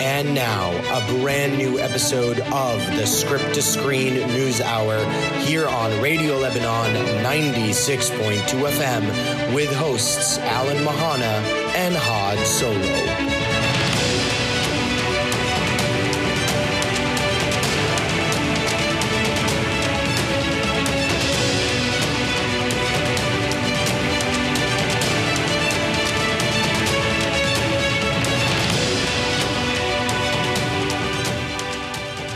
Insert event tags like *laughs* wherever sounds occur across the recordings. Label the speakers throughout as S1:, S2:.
S1: And now, a brand new episode of the Script to Screen News Hour here on Radio Lebanon 96.2 FM with hosts Alan Mahana and Hod Solo.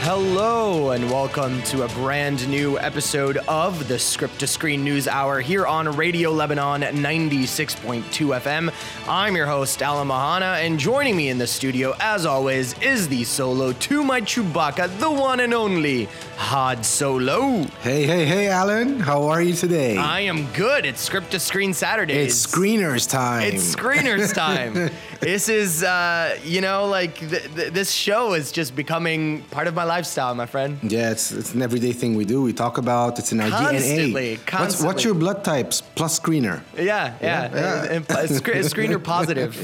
S1: Hello, and welcome to a brand new episode of the Script to Screen News Hour here on Radio Lebanon 96.2 FM. I'm your host, Alan Mahana, and joining me in the studio, as always, is the solo to my Chewbacca, the one and only Hod Solo.
S2: Hey, hey, hey, Alan. How are you today?
S1: I am good. It's Script to Screen Saturdays.
S2: it's screeners time.
S1: It's
S2: *laughs*
S1: screeners time. this is, uh, you know, like th- th- this show is just becoming part of my lifestyle, my friend.
S2: yeah, it's, it's an everyday thing we do. We talk about it's in our
S1: Constantly,
S2: DNA. What's,
S1: constantly.
S2: what's your blood types plus screener?
S1: Yeah, yeah.
S2: yeah.
S1: And- and sc-
S2: *laughs*
S1: screener positive.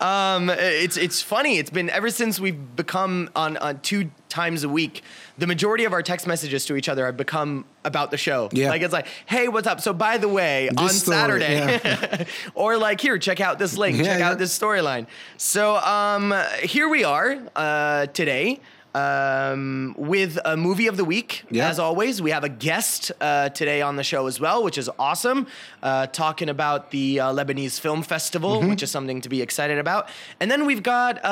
S1: um, it's it's funny. It's been ever since we've become on, on two times a week. The majority of our text messages to each other have become about the show.
S2: Yeah.
S1: Like it's like, hey, what's up? So by the way, on
S2: This story,
S1: Saturday, *laughs* or like here, check out this link,
S2: Yeah,
S1: check
S2: yeah.
S1: out this storyline. So um, here we are uh, today. Um, with a movie of the week,
S2: Yeah.
S1: as always, we have a guest uh, today on the show as well, which is awesome. Uh, talking about the uh, Lebanese Film Festival, which is something to be excited about. And then we've got uh,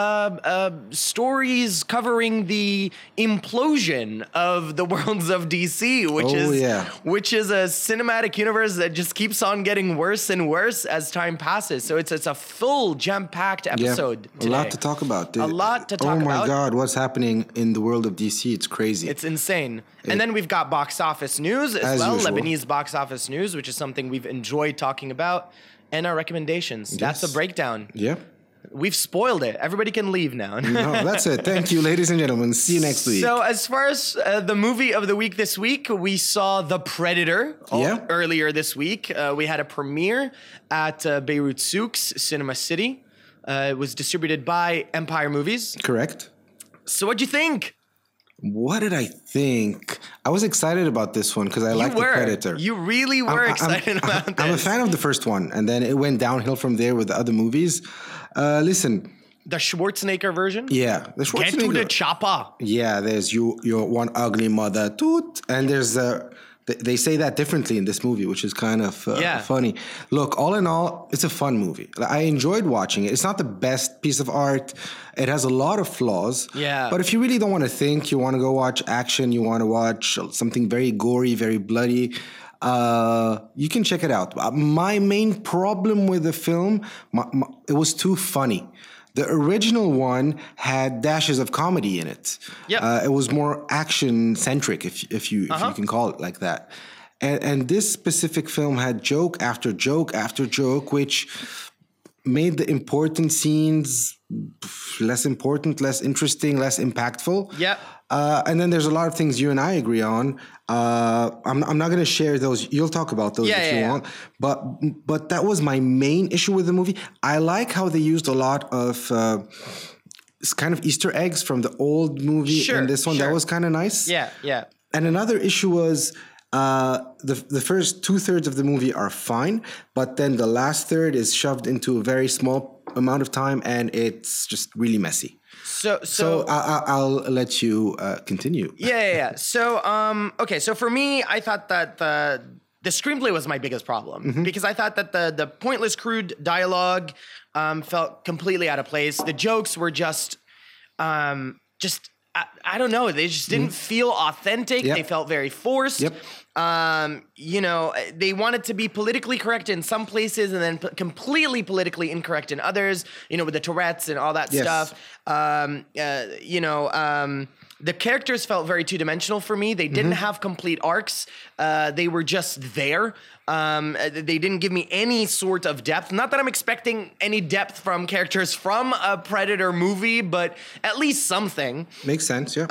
S1: uh, stories covering the implosion of the *laughs* worlds of DC, which
S2: Oh,
S1: is
S2: yeah.
S1: which is a cinematic universe that just keeps on getting worse and worse as time passes. So it's it's a full jam packed episode.
S2: a
S1: today.
S2: lot to talk about.
S1: A lot to
S2: Oh
S1: talk
S2: my
S1: about.
S2: God, what's happening in the world of DC? It's crazy.
S1: It's insane. and then we've got box office news as,
S2: As
S1: well,
S2: usual.
S1: Lebanese box office news, which is something we've enjoyed talking about, and our recommendations. That's the
S2: Yes.
S1: breakdown.
S2: yeah.
S1: We've spoiled it. Everybody can leave now. *laughs*
S2: No, that's it. Thank you, ladies and gentlemen. See you next week.
S1: So, as far as uh, the movie of the week this week, we saw The Predator all-
S2: Yeah.
S1: earlier this week. Uh, we had a premiere at uh, Beirut Souks Cinema City. Uh, it was distributed by Empire Movies.
S2: Correct.
S1: So, what'd you think?
S2: What did I think? I was excited about this one because I like
S1: you were.
S2: the Predator.
S1: You really were
S2: I'm- *laughs* I'm-
S1: excited about this.
S2: I'm a fan of the first one, and then it went downhill from there with the other movies. Uh, listen,
S1: The Schwarzenegger version?
S2: yeah, the
S1: Get to the
S2: Schwarzenegger.
S1: chopper.
S2: yeah, there's you, your one ugly mother, toot, and there's the. th- They say that differently in this movie, which is kind of uh,
S1: Yeah.
S2: funny. Look, all in all, it's a fun movie. Like, I enjoyed watching it. It's not the best piece of art. It has a lot of flaws.
S1: Yeah.
S2: But if you really don't want to think, you want to go watch action, you want to watch something very gory, very bloody, uh, you can check it out. Uh, My main problem with the film, my, my, it was too funny. The original one had dashes of comedy in it.
S1: Yep. Uh-huh.
S2: Uh, it was more action centric, if, if, you, if you can call it like that. And, and this specific film had joke after joke after joke, which made the important scenes less important, less interesting, less impactful.
S1: Yep.
S2: Uh, and then there's a lot of things you and I agree on. Uh, I'm, I'm not going to share those. You'll talk about those
S1: Yeah,
S2: if
S1: yeah,
S2: you
S1: yeah.
S2: want. But but that was my main issue with the movie. I like how they used a lot of uh, it's kind of Easter eggs from the old movie
S1: Sure,
S2: and this one.
S1: sure.
S2: That was kind of nice.
S1: Yeah, yeah.
S2: And another issue was uh, the the first two thirds of the movie are fine, but then the last third is shoved into a very small amount of time, and it's just really messy.
S1: So, so,
S2: So I, I, I'll let you uh, continue.
S1: yeah, yeah, yeah. So, um, okay. So for me, I thought that the the screenplay was my biggest problem
S2: Mm-hmm.
S1: because I thought that the the pointless, crude dialogue um, felt completely out of place. The jokes were just, um, just. I, I don't know. They just didn't feel authentic.
S2: Mm-hmm. Yep.
S1: They felt very forced.
S2: Yep.
S1: Um, you know, they wanted to be politically correct in some places and then p- completely politically incorrect in others, you know, with the Tourette's and all that
S2: Yes.
S1: stuff um, uh, you know, um, the characters felt very two dimensional for me. They didn't have complete arcs. Uh, they were just there. Um, uh, they didn't give me any sort of depth. Not that I'm expecting any depth from characters from a Predator movie, but at least something.
S2: Makes sense. Yeah.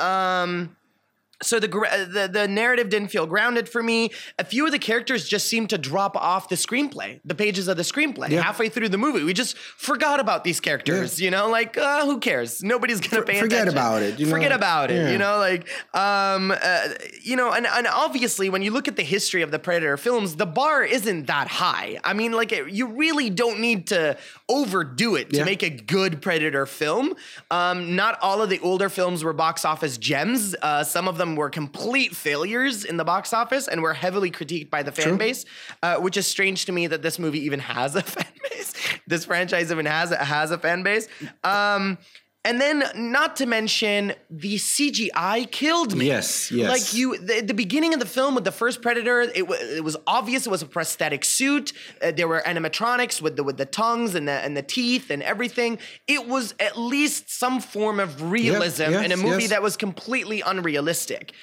S1: so the, gra- the the narrative didn't feel grounded for me. A few of the characters just seemed to drop off the screenplay, the pages of the screenplay
S2: Yeah.
S1: halfway through the movie. We just forgot about these characters, you know, like uh, who cares? Nobody's gonna pay
S2: forget
S1: attention.
S2: about it, you know?
S1: Forget about it,
S2: Yeah.
S1: you know, like um, uh, you know, and and obviously when you look at the history of the Predator films, the bar isn't that high. I mean, like it, you really don't need to overdo it to
S2: Yeah.
S1: make a good Predator film. Um, not all of the older films were box office gems. Uh, some of them were complete failures in the box office and were heavily critiqued by the fan
S2: True.
S1: base, uh, which is strange to me that this movie even has a *laughs* fan base. This franchise even has a, has a fan base. Um, and then, not to mention, the CGI killed me.
S2: Yes, yes.
S1: Like you, the, the beginning of the film with the first predator, it, wa it was obvious it was a prosthetic suit. Uh, there were animatronics with the with the tongues and the and the teeth and everything. It was at least some form of realism in a
S2: yes,
S1: movie
S2: yes.
S1: that was completely unrealistic.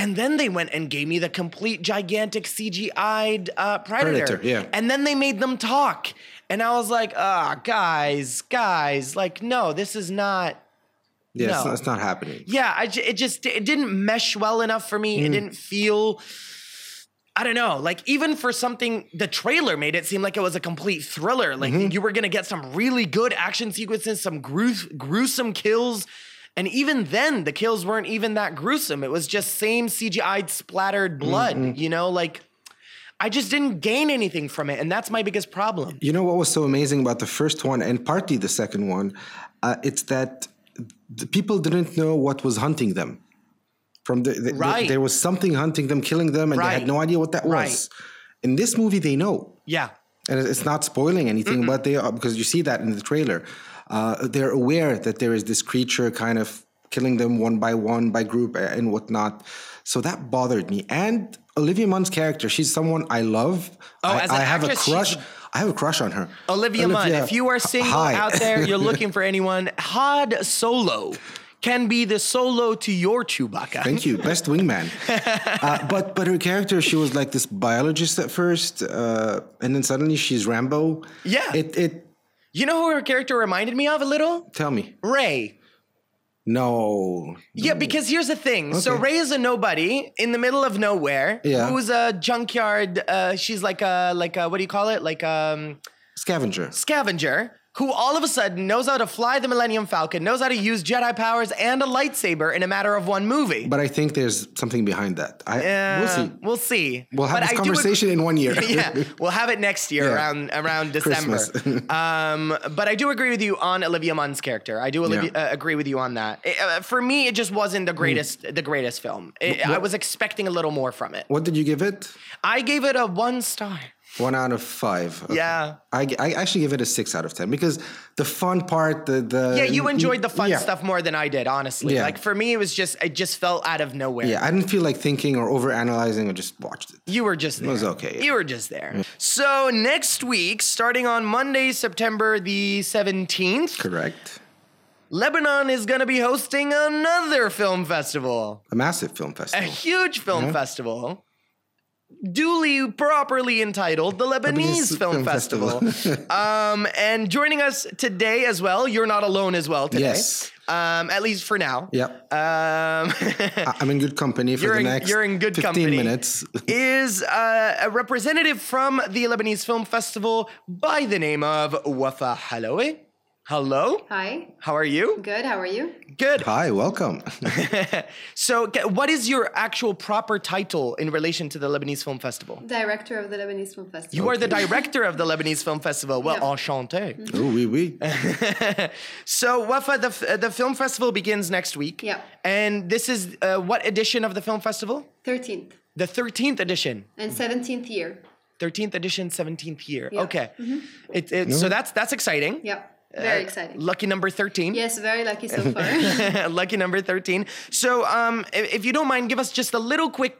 S1: And then they went and gave me the complete gigantic CGI'd uh, predator.
S2: Predator, yeah.
S1: And then they made them talk. And I was like, ah, guys, guys, like, no, this is not
S2: Yeah,
S1: No.
S2: it's, not, it's not happening.
S1: yeah I ju- it just it didn't mesh well enough for me it didn't feel i don't know like even for something the trailer made it seem like it was a complete thriller like you were gonna get some really good action sequences some grues- gruesome kills and even then the kills weren't even that gruesome it was just same cgi splattered blood you know like i just didn't gain anything from it and that's my biggest problem
S2: You know what was so amazing about the first one and partly the second one? Uh, it's that the people didn't know what was hunting them. From the, the- the-
S1: Right.
S2: there was something hunting them, killing them, and they
S1: Right.
S2: had no idea what that was. In this movie, they know.
S1: yeah
S2: and it- it's not spoiling anything, but they are because you see that in the trailer. Uh, they're aware that there is this creature kind of killing them one by one by group a- and whatnot. So that bothered me. And Olivia Munn's character, she's someone I love. Oh, I,
S1: as an
S2: I have
S1: actress,
S2: a crush.
S1: she's-
S2: I have a crush on her.
S1: Olivia, Munn. If you are
S2: h-
S1: single
S2: hi. *laughs*
S1: out there, you're looking for anyone, Hod Solo can be the solo to your Chewbacca.
S2: Thank you, best
S1: *laughs*
S2: wingman. Uh, but but her character, she was like this biologist at first, uh, and then suddenly she's Rambo.
S1: Yeah.
S2: It it
S1: you know who her character reminded me of a little?
S2: tell me.
S1: Ray.
S2: No,
S1: Yeah, because here's the thing. So
S2: Okay.
S1: Ray is a nobody in the middle of nowhere.
S2: Yeah.
S1: Who's a junkyard? Uh, she's like a like a what do you call it? Like um
S2: scavenger.
S1: scavenger who all of a sudden knows how to fly the Millennium Falcon, knows how to use Jedi powers and a lightsaber in a matter of one movie.
S2: But I think there's something behind that. I,
S1: Uh,
S2: we'll see.
S1: We'll see.
S2: We'll have
S1: But
S2: this
S1: I do ag-
S2: conversation in one year.
S1: *laughs* yeah, we'll have it next year
S2: Yeah.
S1: around around December.
S2: Christmas. *laughs*
S1: um, but I do agree with you on Olivia Munn's character. I do Olivia,
S2: Yeah. Hmm.
S1: uh, agree with you on that. It, uh, for me, it just wasn't the greatest the greatest film. It- I was expecting a little more from it.
S2: *laughs* what did you give it?
S1: I gave it a one star.
S2: One out of five. Okay.
S1: Yeah.
S2: I, I actually give it a six out of ten because the fun part, the the
S1: Yeah, you enjoyed the fun
S2: Yeah.
S1: stuff more than I did, honestly.
S2: Yeah.
S1: Like for me, it was just it just fell out of nowhere.
S2: Yeah, I didn't feel like thinking or over analyzing. I just watched it.
S1: You were just there.
S2: was okay, yeah.
S1: You were just there. So next week, starting on Monday, September the 17th,
S2: Correct.
S1: Lebanon is going to be hosting another film festival,
S2: A massive film
S1: a *laughs*
S2: festival.
S1: huge film festival, duly properly entitled the Lebanese
S2: Lebanese
S1: Film,
S2: Film
S1: Festival. *laughs*
S2: Festival.
S1: um, and joining us today as well, you're not alone as well today.
S2: Yes.
S1: Um, at least for now.
S2: Yep.
S1: Um,
S2: *laughs* I- I'm in good company for
S1: You're
S2: the
S1: in-
S2: next
S1: you're in good
S2: 15
S1: company.
S2: minutes.
S1: is uh, a representative from the Lebanese Film Festival by the name of Wafa Halawi. Hello.
S3: Hi.
S1: How are you?
S3: Good. How are you?
S1: Good.
S2: Hi, welcome. *laughs*
S1: So, ca- what is your actual proper title in relation to the Lebanese Film Festival?
S3: Director of the Lebanese Film Festival.
S1: You are the director of the Lebanese Film Festival. Well,
S3: Yeah. Mm-hmm.
S1: enchanté.
S2: Ooh, wee
S1: *laughs*
S2: wee.
S1: So, Wafa, the, f- uh, the film festival begins next week.
S3: Yeah.
S1: And this is uh, what edition of the film festival?
S3: 13th
S1: The 13th edition.
S3: and 17th year.
S1: 13th edition, 17th year.
S3: Yeah. Mm-hmm.
S1: Okay. It, it, So, that's that's exciting.
S3: Yeah. Very
S1: Uh,
S3: exciting.
S1: Lucky number 13.
S3: yes, very lucky so
S1: *laughs*
S3: far. *laughs*
S1: Lucky number 13. So, um, i- if, you don't mind, give us just a little quick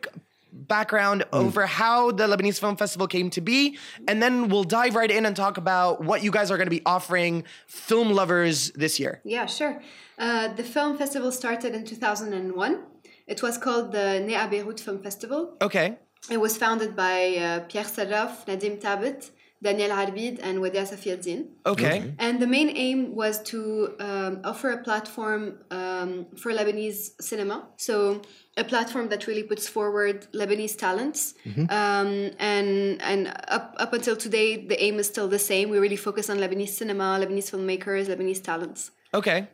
S1: background over how the Lebanese Film Festival came to be, and then we'll dive right in and talk about what you guys are going to be offering film lovers this year.
S3: yeah, sure. Uh, the film festival started in 2001. It was called the Nea Beirut Film Festival.
S1: Okay.
S3: It was founded by uh, Pierre Serraf, Nadim Tabit, Daniel Harbid and Wadia Safieddin.
S1: Okay.
S3: And the main aim was to um, offer a platform um, for Lebanese cinema. So a platform that really puts forward Lebanese talents. Um, and and up, up until today, the aim is still the same. We really focus on Lebanese cinema, Lebanese filmmakers, Lebanese talents.
S1: Okay.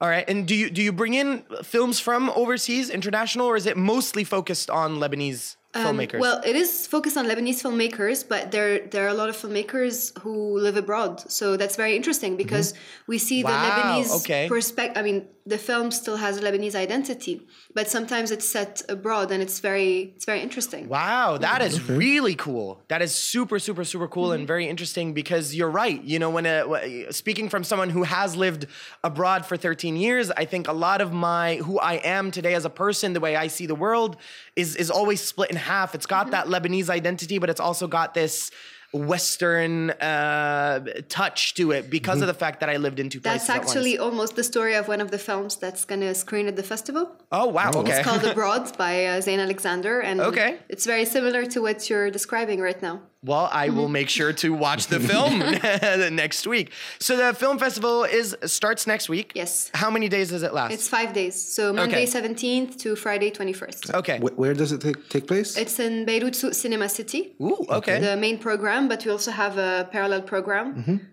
S1: All right. And do you do you bring in films from overseas, international, or is it mostly focused on Lebanese filmmakers?
S3: Well, it is focused on Lebanese filmmakers, but there there are a lot of filmmakers who live abroad. So that's very interesting because we see the
S1: Mm-hmm. Wow,
S3: Lebanese
S1: okay.
S3: perspective. I mean, the film still has a Lebanese identity, but sometimes it's set abroad, and it's very it's very interesting.
S1: Wow, that is really cool. That is super, super, super cool and very interesting because you're right. You know, when uh, wh- speaking from someone who has lived abroad for 13 years, I think a lot of my who I am today as a person, the way I see the world, is is always split in half. It's got that Lebanese identity, but it's also got this Western uh, touch to it because of the fact that I lived in two places.
S3: That's
S1: at once.
S3: actually almost the story of one of the films that's gonna screen at the
S1: *laughs*
S3: festival.
S1: oh wow, okay,
S3: It's called Abroad by uh, Zain Alexander, and
S1: Okay.
S3: it's very similar to what you're describing right now.
S1: Well, I will make sure to watch the film *laughs* next week. So the film festival is starts next week.
S3: Yes.
S1: How many days does it last?
S3: It's five days, so Monday 17th to Friday 21st.
S1: okay.
S2: Wh- where does it take, take place?
S3: It's in Beirut Su- Cinema City.
S1: Ooh, okay. Mm-hmm.
S3: the main program, but we also have a parallel program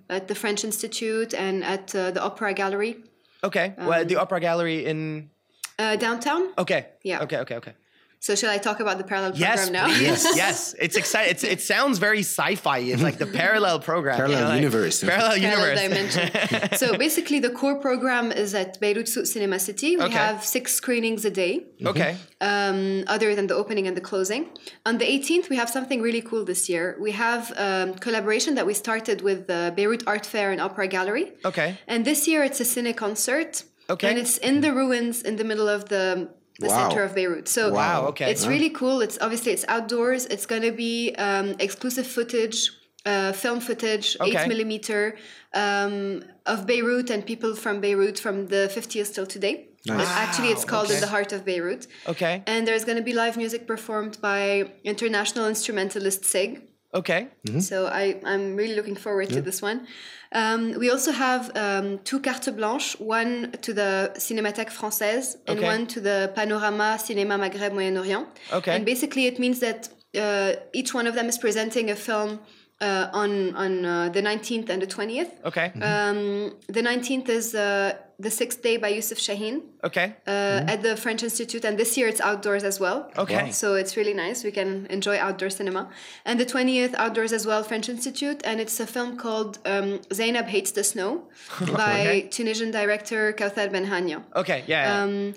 S3: at the French Institute and at uh, the Opera Gallery
S1: okay.
S3: um,
S1: well, the Opera Gallery in
S3: uh, downtown.
S1: Okay.
S3: Yeah.
S1: Okay, okay, okay.
S3: So, shall I talk about the parallel
S1: Yes,
S3: program now?
S1: please. *laughs* yes. It's exciting. It's, it sounds very sci-fi. It's like the parallel program. you
S2: Parallel
S1: know, like-
S2: universe.
S1: Parallel
S3: *laughs* Parallel
S1: universe. *laughs*
S3: dimension. so basically, the core program is at Beirut Su- Cinema City. We
S1: Okay.
S3: have six screenings a day,
S1: Okay.
S3: um, other than the opening and the closing. On the 18th, we have something really cool this year. We have um, collaboration that we started with the Beirut Art Fair and Opera Gallery.
S1: Okay.
S3: And this year it's a cine concert.
S1: Okay.
S3: And it's in the ruins in the middle of the the
S2: Wow.
S3: center of Beirut. So
S1: Wow, okay.
S3: It's really cool. It's obviously it's outdoors. It's gonna be um, exclusive footage. Uh, film footage,
S1: Okay.
S3: eight millimeter, um, of Beirut and people from Beirut from the 50s till today.
S2: Nice.
S3: It- Actually, it's
S1: Wow,
S3: called
S1: okay.
S3: in the heart of Beirut.
S1: Okay.
S3: And there's going to be live music performed by international instrumentalist Sig.
S1: Okay.
S3: So I, I'm really looking forward to this one. Um, we also have um, two cartes blanches, one to the Cinémathèque Française and
S1: Okay.
S3: one to the Panorama Cinéma Maghreb Moyen-Orient.
S1: Okay.
S3: And basically it means that uh, each one of them is presenting a film uh, on, on uh, the 19th and the 20th.
S1: Okay.
S3: Um, the 19th is uh, The Sixth Day by Yusuf Shaheen
S1: okay.
S3: uh, at the French Institute, and this year it's outdoors as well.
S1: Mm-hmm. Okay. Wow.
S3: So it's really nice. We can enjoy outdoor cinema. And the 20th, outdoors as well, French Institute, and it's a film called um, Zainab Hates the Snow by
S1: *laughs* Okay.
S3: Tunisian director Kauthar Benhania.
S1: Okay. Yeah.
S3: Um,
S1: yeah.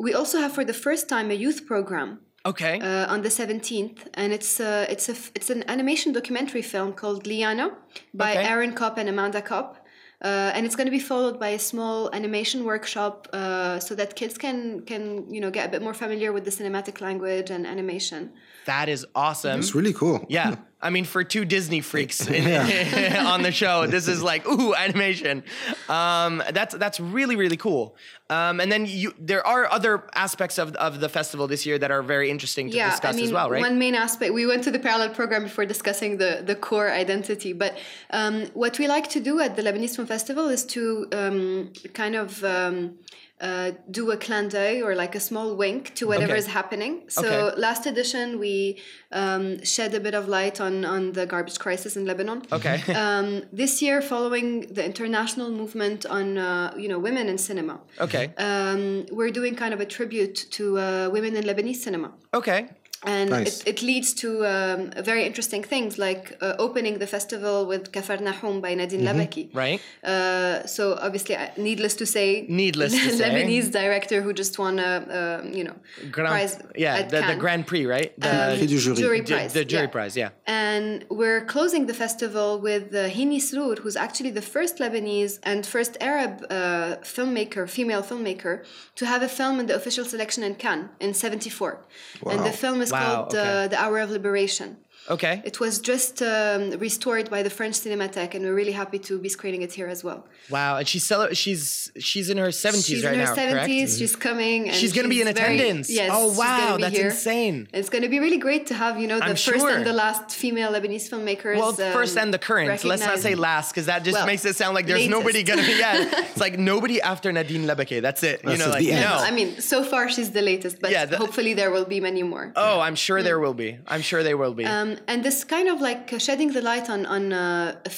S3: We also have for the first time a youth program.
S1: okay.
S3: Uh, on the 17th and it's uh, it's a f- it's an animation documentary film called Liana by
S1: Okay.
S3: Aaron Kopp and Amanda Kopp uh, and it's going to be followed by a small animation workshop uh, so that kids can can you know get a bit more familiar with the cinematic language and animation
S1: that is awesome.
S2: it's really cool.
S1: Yeah. I mean, for two Disney freaks in- *laughs* on the show, this is like ooh animation. Um, that's that's really really cool. Um, and then you, there are other aspects of of the festival this year that are very interesting to
S3: yeah, I
S1: discuss
S3: mean,
S1: as well, right?
S3: one main aspect. We went to the parallel program before discussing the, the core identity, but um, what we like to do at the Lebanese Film Festival is to um, kind of um, uh, do a clin d'oeil or like a small wink to whatever
S1: Okay.
S3: is happening. So
S1: Okay.
S3: last edition, we um, shed a bit of light on on the garbage crisis in Lebanon. *laughs*
S1: okay.
S3: Um, this year, following the international movement on uh, you know women in cinema.
S1: okay.
S3: Um, we're doing kind of a tribute to uh, women in Lebanese cinema
S1: okay.
S3: and
S2: Nice.
S3: it, it leads to um, very interesting things like uh, opening the festival with Kafar Nahum by Nadine
S2: Mm-hmm.
S3: Labaki.
S1: Right.
S3: Uh, so obviously, uh, needless to say,
S1: Needless
S3: *laughs*
S1: to say.
S3: Lebanese director who just won a um, you know prize
S1: yeah.
S3: at
S1: The, the
S3: Cannes. Um,
S1: Grand Prix, right? The,
S2: Prix du jury.
S3: jury
S1: ju-
S3: prize
S1: the jury
S3: yeah.
S1: prize. Yeah.
S3: And we're closing the festival with uh, Hini Srour, who's actually the first Lebanese and first Arab uh, filmmaker, female filmmaker, to have a film in the official selection in Cannes in 74. And the film is
S1: Wow,
S3: called
S1: okay.
S3: uh, The Hour of Liberation.
S1: Okay.
S3: It was just um, restored by the French Cinematheque, and we're really happy to be screening it here as well.
S1: Wow, and she's cele- she's she's in her seventies
S3: She's
S1: right
S3: in her
S1: now,
S3: 70s,
S1: correct? Mm-hmm.
S3: she's coming. And
S1: She's gonna be in
S3: very-
S1: attendance.
S3: yes.
S1: Oh,
S3: she's gonna
S1: wow,
S3: be
S1: that's
S3: here.
S1: insane.
S3: It's going to be really great to have, you know, the
S1: I'm
S3: first
S1: sure.
S3: and the last female Lebanese filmmakers.
S1: Well, first
S3: um,
S1: and the current. Let's not say
S3: recognized.
S1: last because that just
S3: Well,
S1: makes it sound like there's nobody
S3: latest.
S1: gonna be. Yeah,
S3: *laughs*
S1: it's like nobody after Nadine Lebeke. That's it. you
S2: That's
S1: know,
S2: it,
S1: like
S2: the end.
S1: no.
S3: I mean, so far she's the latest, but
S1: Yeah, the-
S3: hopefully there will be many more.
S1: oh, I'm sure
S3: Mm.
S1: there will be. I'm sure there will be.
S3: Um, and this kind of like uh, shedding the light on on uh,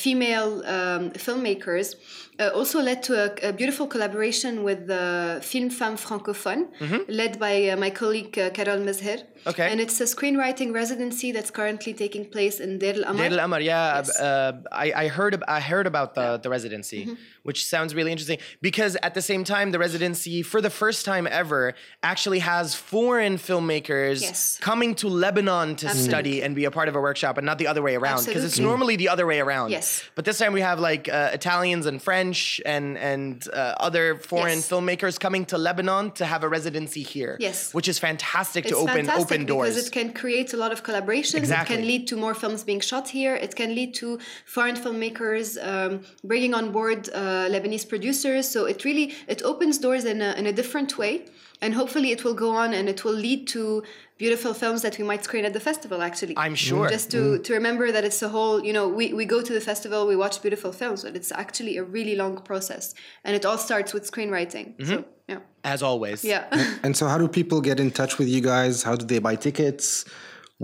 S3: female um, filmmakers uh, also led to a, a beautiful collaboration with the Film Femme Francophone, led by uh, my colleague uh, Carol Mezher.
S1: Mm-hmm. Okay.
S3: And it's a screenwriting residency that's currently taking place in Deir el
S1: Deir
S3: Amar.
S1: el-Amar, yeah,
S3: Yes.
S1: uh, I, I heard ab- I heard about the, the residency,
S3: Mm-hmm.
S1: which sounds really interesting because at the same time, the residency for the first time ever actually has foreign filmmakers
S3: Yes.
S1: coming to Lebanon to study and be a part of a workshop, and not the other way around because it's
S3: Absolutely.
S1: normally the other way around.
S3: Yes.
S1: but this time we have like uh, Italians and French and and uh, other foreign
S3: Yes.
S1: filmmakers coming to Lebanon to have a residency here.
S3: Yes.
S1: which is fantastic to
S3: it's
S1: open
S3: fantastic
S1: open doors.
S3: because it can create a lot of collaborations. It
S1: Exactly.
S3: can lead to more films being shot here. It can lead to foreign filmmakers um, bringing on board uh, Lebanese producers. So it really it opens doors in a, in a different way, and hopefully it will go on and it will lead to beautiful films that we might screen at the festival. Actually,
S1: I'm sure. Mm.
S3: Just to to remember that it's a whole. You know, we we go to the festival, we watch beautiful films, but it's actually a really long process, and it all starts with screenwriting.
S1: Mm-hmm.
S3: So yeah,
S1: as always,
S3: yeah.
S2: And so, how do people get in touch with you guys? How do they buy tickets?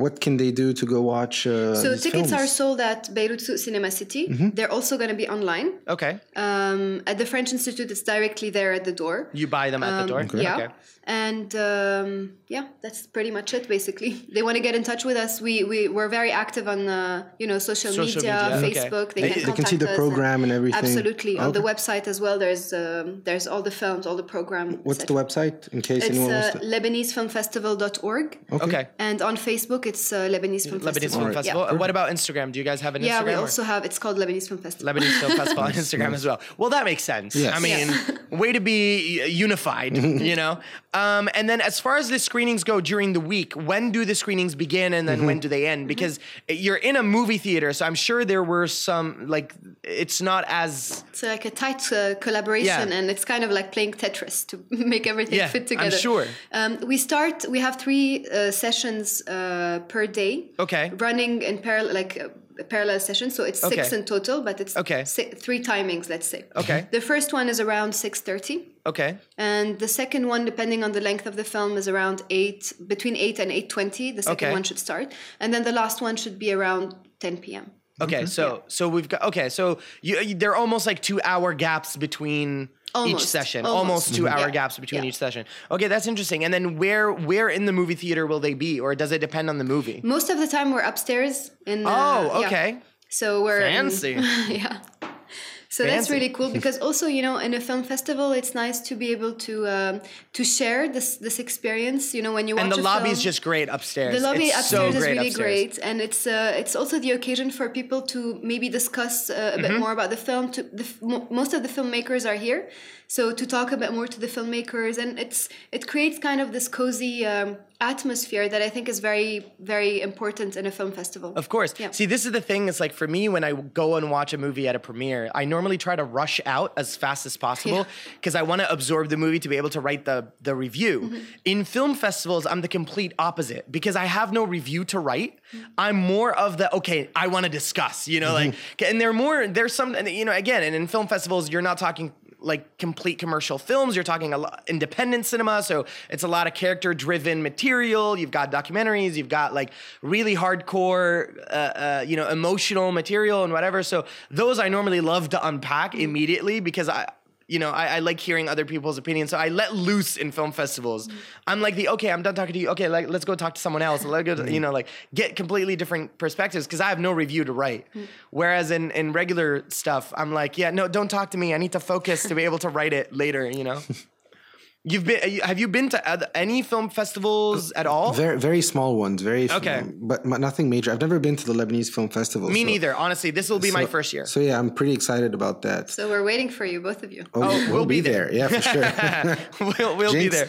S2: What can they do to go watch? Uh,
S3: So
S2: these
S3: tickets
S2: films?
S3: are sold at Beirut Souq Cinema City. They're also going to be online.
S1: Okay,
S3: Um, at the French Institute, it's directly there at the door.
S1: you buy them at the door.
S3: Um, Yeah. And um, yeah, that's pretty much it. Basically, *laughs* they want to get in touch with us. We we we're very active on uh, you know social,
S1: Social media,
S3: media,
S1: okay.
S3: Facebook. They,
S1: They-
S3: can
S2: they can see
S3: contact
S2: the
S3: us
S2: program and everything.
S3: Absolutely, on the
S2: Okay.
S3: website as well. There's um, there's all the films, all the program.
S2: What's the website in case
S3: It's
S2: anyone wants
S3: uh,
S2: to?
S3: LebaneseFilmFestival.org,
S1: Okay.
S3: and on Facebook it's uh, Lebanese Film
S1: Lebanese
S3: Festival.
S1: Film
S3: Yeah.
S1: Festival. Uh, What about Instagram? Do you guys have an
S3: Yeah,
S1: Instagram?
S3: we
S1: or-
S3: also have. It's called Lebanese Film Festival.
S1: Lebanese
S3: *laughs*
S1: Film Festival on Instagram as well. Well, that makes sense.
S2: Yes.
S1: I mean, way to be uh, unified, you know? Um, and then as far as the screenings go during the week, when do the screenings begin and then when do they end? Because you're in a movie theater, so I'm sure there were some, like, it's not as.
S3: It's like a tight uh, collaboration,
S1: Yeah.
S3: and it's kind of like playing Tetris to *laughs* make everything
S1: Yeah,
S3: fit
S1: I'm
S3: together.
S1: sure.
S3: Um, we start. We have three uh, sessions uh, per day.
S1: Okay.
S3: Running in parallel, like uh, parallel sessions. So it's six
S1: Okay.
S3: in total, but it's
S1: Okay.
S3: si- three timings. Let's say.
S1: Okay.
S3: The first one is around six thirty.
S1: Okay.
S3: And the second one, depending on the length of the film, is around eight between eight and eight twenty. The second
S1: Okay.
S3: one should start, and then the last one should be around ten p.m.
S1: Okay, so so we've got okay, so you, you, there are almost like two hour gaps between each
S3: Almost,
S1: session, almost,
S3: almost.
S1: two hour
S3: Yeah,
S1: gaps between
S3: yeah.
S1: each session. Okay, that's interesting. And then where where in the movie theater will they be, or does it depend on the movie?
S3: Most of the time we're upstairs in. uh,
S1: Oh,
S3: yeah.
S1: okay,
S3: So we're in-
S1: fancy.
S3: *laughs* yeah. So that's
S1: Fancy.
S3: really cool because also you know in a film festival it's nice to be able to um, to share this this experience you know when you watch
S1: and the
S3: a
S1: lobby
S3: film,
S1: is just great upstairs.
S3: the lobby
S1: It's so
S3: upstairs is
S1: great
S3: really
S1: upstairs.
S3: great and it's uh, it's also the occasion for people to maybe discuss uh, a
S1: Mm-hmm.
S3: bit more about the film to the, f- mo- most of the filmmakers are here so to talk a bit more to the filmmakers and it's it creates kind of this cozy um, atmosphere that I think is very very important in a film festival
S1: Of course.
S3: Yeah.
S1: See, this is the thing. It's like for me, when I go and watch a movie at a premiere, I normally try to rush out as fast as possible because I want to absorb the movie to be able to write the, the review. In film festivals, I'm the complete opposite because I have no review to write. I'm more of the, okay, I want to discuss, you know, like, and they're more, there's some, and, you know, again, and in film festivals, you're not talking like complete commercial films. You're talking a lot independent cinema, so it's a lot of character driven material. You've got documentaries, you've got like really hardcore, uh, uh, you know, emotional material and whatever. So those I normally love to unpack immediately because I. You know, I, I like hearing other people's opinions, so I let loose in film festivals.
S2: Mm-hmm.
S1: I'm like the okay, I'm done talking to you. Okay, like let's go talk to someone else. Let's go, to,
S2: Mm-hmm.
S1: you know, like get completely different perspectives because I have no review to write.
S2: Mm-hmm.
S1: Whereas in in regular stuff, I'm like, yeah, no, don't talk to me. I need to focus to be able to write it later. You
S2: *laughs*
S1: know, you've been you- have you been to oth- any film festivals at all?
S2: Very, very small ones, very few,
S1: Okay.
S2: but m- nothing major. I've never been to the Lebanese Film Festival.
S1: me
S2: so-
S1: neither. Honestly, this will be my first year.
S2: So yeah, I'm pretty excited about that.
S3: so we're waiting for you both of you
S2: oh,
S1: we'll be
S2: Yeah, for
S1: *laughs*
S2: sure.
S1: *laughs* we'll *laughs* we'll be there.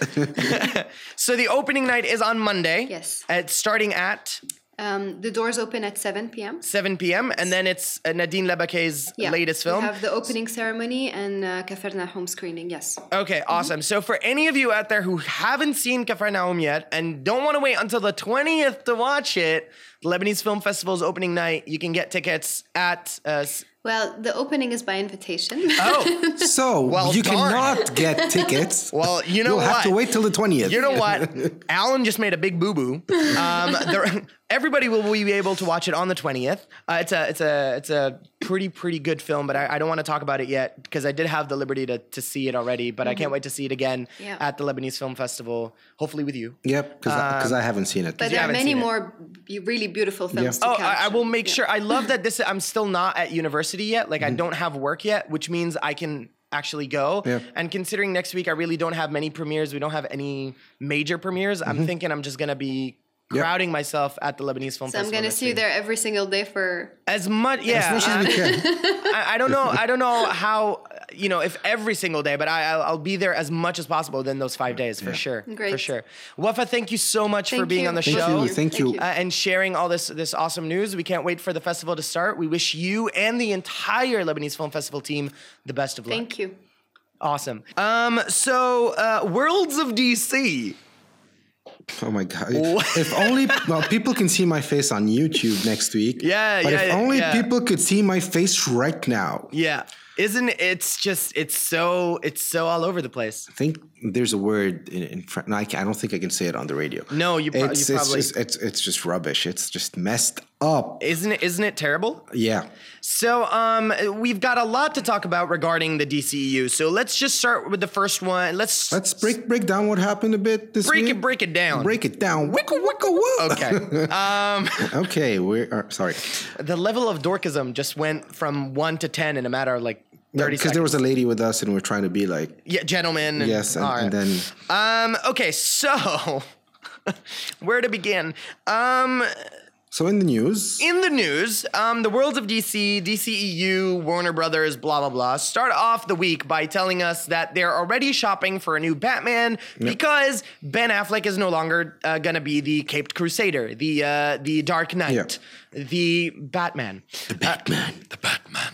S1: so the opening night is on Monday.
S3: Yes.
S1: At starting at
S3: Um, the doors open at 7 p.m.
S1: 7 p.m. and then it's uh, Nadine Lebake's latest film.
S3: We have the opening ceremony and uh, Kaferna home screening. Yes.
S1: Okay, awesome. So for any of you out there who haven't seen Kafarnaum yet and don't want to wait until the 20th to watch it, the Lebanese Film Festival's opening night, you can get tickets at uh, s-
S3: Well, the opening is by
S1: *laughs*
S3: invitation. *laughs*
S1: Oh,
S2: So
S1: Well,
S2: you
S1: darn.
S2: cannot
S1: *laughs*
S2: get tickets.
S1: well, you know
S2: You'll
S1: what?
S2: have to wait till the 20th.
S1: You know what? Alan just made a big boo boo. Um, there- *laughs* everybody will be able to watch it on the twentieth. Uh, it's a it's a it's a pretty pretty good film, but I, I don't want to talk about it yet because I did have the liberty to to see it already, but I can't wait to see it again
S3: Yeah.
S1: at the Lebanese Film Festival, hopefully with you.
S2: Yep, because I haven't seen it.
S3: but there are
S1: haven't
S3: many
S1: seen it.
S3: more b- really beautiful films to
S1: Oh,
S3: catch.
S1: I, I will make sure. I love
S2: *laughs*
S1: that this. I'm still not at university yet. Like
S2: Mm-hmm.
S1: I don't have work yet, which means I can actually go.
S2: Yeah.
S1: And considering next week I really don't have many premieres, we don't have any major premieres.
S2: Mm-hmm.
S1: I'm thinking I'm just gonna be crowding myself at the Lebanese Film
S3: So
S1: Festival.
S3: I'm gonna
S1: next
S3: see you
S1: week.
S3: there every single day for.
S1: as much. Yeah,
S2: As much
S1: I-
S2: as you can.
S1: I, I don't know. I don't
S2: *laughs*
S1: know how you know if every single day, but I, I'll, I'll be there as much as possible in those five days for sure. For
S3: Great.
S1: sure. Wafa, thank you so much for
S3: Thank
S1: being
S3: you.
S1: on the
S2: Thank
S1: show
S2: you, thank you.
S1: uh, and sharing all this this awesome news. We can't wait for the festival to start. We wish you and the entire Lebanese Film Festival team the best of luck.
S3: Thank you.
S1: Awesome. Um, so uh, Worlds of DC.
S2: Oh my god! *laughs* if only well, people can see my face on YouTube next week.
S1: Yeah,
S2: but
S1: yeah,
S2: if only
S1: yeah.
S2: people could see my face right now.
S1: Yeah. Isn't it- it's just it's so it's so all over the place.
S2: I think there's a word in, in French. No, I, can, I don't think I can say it on the radio.
S1: No, you pro- you
S2: it's,
S1: probably-
S2: it's just it's it's just rubbish. It's just messed up.
S1: Isn't it isn't it terrible?
S2: Yeah.
S1: So, um, we've got a lot to talk about regarding the DCEU. So let's just start with the first one. Let's,
S2: Let's break break down what happened a bit this
S1: break
S2: week.
S1: it, break it down.
S2: Break it down. Wicka wicka woo.
S1: Okay.
S2: *laughs* okay. We're uh, sorry.
S1: the level of dorkism just went from one to ten in a matter of like thirty
S2: Because
S1: seconds.
S2: Uh, there was a lady with us, and we we're trying to be like
S1: yeah, gentlemen. and-
S2: yes, and,
S1: all
S2: and
S1: right.
S2: then
S1: Um. Okay. So. *laughs* Where to begin? Um,
S2: so in the news.
S1: in the news, um, the worlds of DC, DCEU, E Warner Brothers, blah, blah, blah, start off the week by telling us that they're already shopping for a new Batman because Ben Affleck is no longer uh, going to be the Caped Crusader, the, uh, the Dark Knight, the Batman. The Batman. the Batman.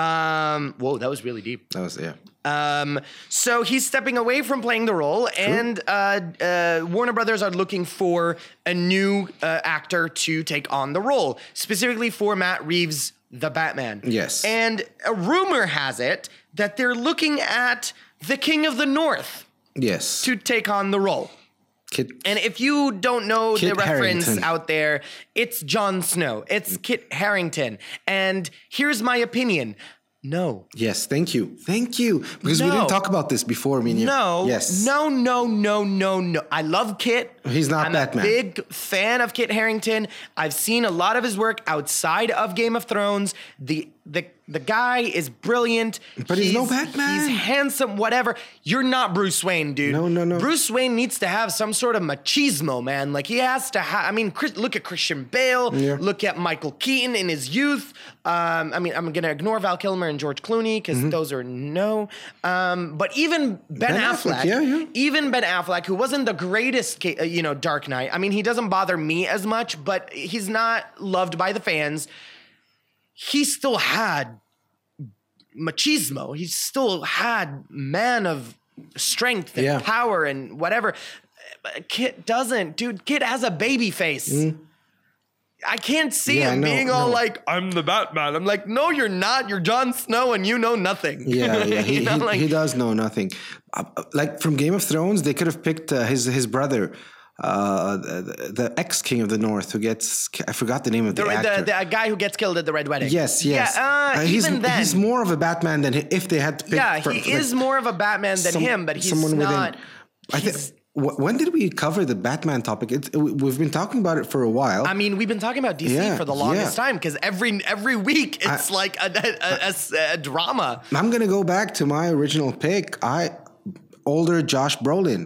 S1: Um, whoa, that was really deep.
S2: that was yeah.
S1: Um, so he's stepping away from playing the role, and uh, uh, Warner Brothers are looking for a new uh, actor to take on the role, specifically for Matt Reeves' The Batman.
S2: Yes.
S1: And a rumor has it that they're looking at the King of the North
S2: Yes.
S1: to take on the role.
S2: Kid-
S1: And if you don't know the
S2: Kit
S1: reference
S2: Harington.
S1: out there, it's Jon Snow, it's Kit Harrington. And here's my opinion no.
S2: Yes, thank you. Thank you. Because we
S1: No.
S2: didn't talk about this before, I mean, you-
S1: No.
S2: Yes.
S1: No, no, no, no, no. I love Kit.
S2: He's not
S1: I'm
S2: Batman.
S1: a big fan of Kit Harrington. I've seen a lot of his work outside of Game of Thrones. The the the guy is brilliant.
S2: But he's no Batman.
S1: He's handsome, whatever. You're not Bruce Wayne, dude.
S2: No, no, no.
S1: Bruce Wayne needs to have some sort of machismo, man. Like he has to have I mean, Chris, look at Christian Bale,
S2: Yeah.
S1: look at Michael Keaton in his youth. Um, I mean, I'm gonna ignore Val Kilmer and George Clooney because
S2: Mm-hmm.
S1: those are no. Um, but even Ben,
S2: Ben
S1: Affleck,
S2: Affleck, yeah, yeah.
S1: even Ben Affleck, who wasn't the greatest, ca- uh, you know, Dark Knight. I mean, he doesn't bother me as much, but he's not loved by the fans. He still had machismo. He still had man of strength and
S2: Yeah.
S1: power and whatever. But Kit doesn't, dude. Kit has a baby face. I can't see
S2: Mm. Yeah,
S1: him
S2: no,
S1: being all
S2: no.
S1: like, "I'm the Batman." I'm like, "No, you're not. You're Jon Snow, and you know nothing." *laughs*
S2: Yeah, yeah. He,
S1: You know,
S2: he,
S1: like-
S2: he does know nothing. Uh, uh, Like from Game of Thrones, they could have picked uh, his his brother, uh, the, the ex king of the North, who gets I forgot the name of the,
S1: the,
S2: actor.
S1: the, the guy who gets killed at the red wedding.
S2: yes, yes.
S1: Yeah, uh,
S2: Uh, he's,
S1: even then.
S2: he's more of a Batman than he, if they had to pick.
S1: yeah,
S2: fr-
S1: he
S2: like,
S1: is more of a Batman than
S2: some-
S1: him, but he's
S2: someone
S1: not.
S2: within- I think. wh- When did we cover the Batman topic? It, we- we've been talking about it for a while.
S1: I mean, we've been talking about DC
S2: Yeah,
S1: for the longest
S2: yeah.
S1: time because every every week it's like a, a, a- a- a drama.
S2: I'm gonna go back to my original pick. I older Josh Brolin.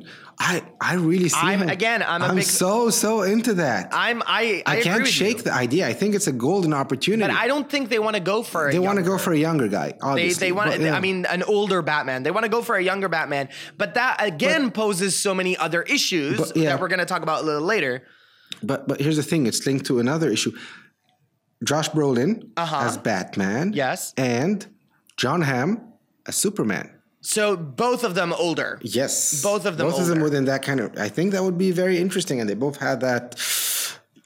S2: I I really see
S1: I'm-
S2: him.
S1: again, I'm a big-
S2: so so into that. I,
S1: I'm I I, agree
S2: can't
S1: with
S2: shake
S1: you,
S2: the idea. I think it's a golden opportunity.
S1: but I don't think they want to go for.
S2: they
S1: want
S2: want to go for a younger guy.
S1: They,
S2: Obviously,
S1: they want.
S2: But, yeah.
S1: I mean, an older Batman. They want to go for a younger Batman, but that again poses so many other issues
S2: But, yeah.
S1: that we're going to talk about a little later.
S2: But but here's the thing: it's linked to another issue. Josh Brolin as Batman.
S1: Uh-huh. Yes.
S2: And John Hamm as Superman.
S1: So both of them older.
S2: Yes.
S1: Both of them
S2: Both of them
S1: older.
S2: within that kind of. I think that would be very interesting, and they both had that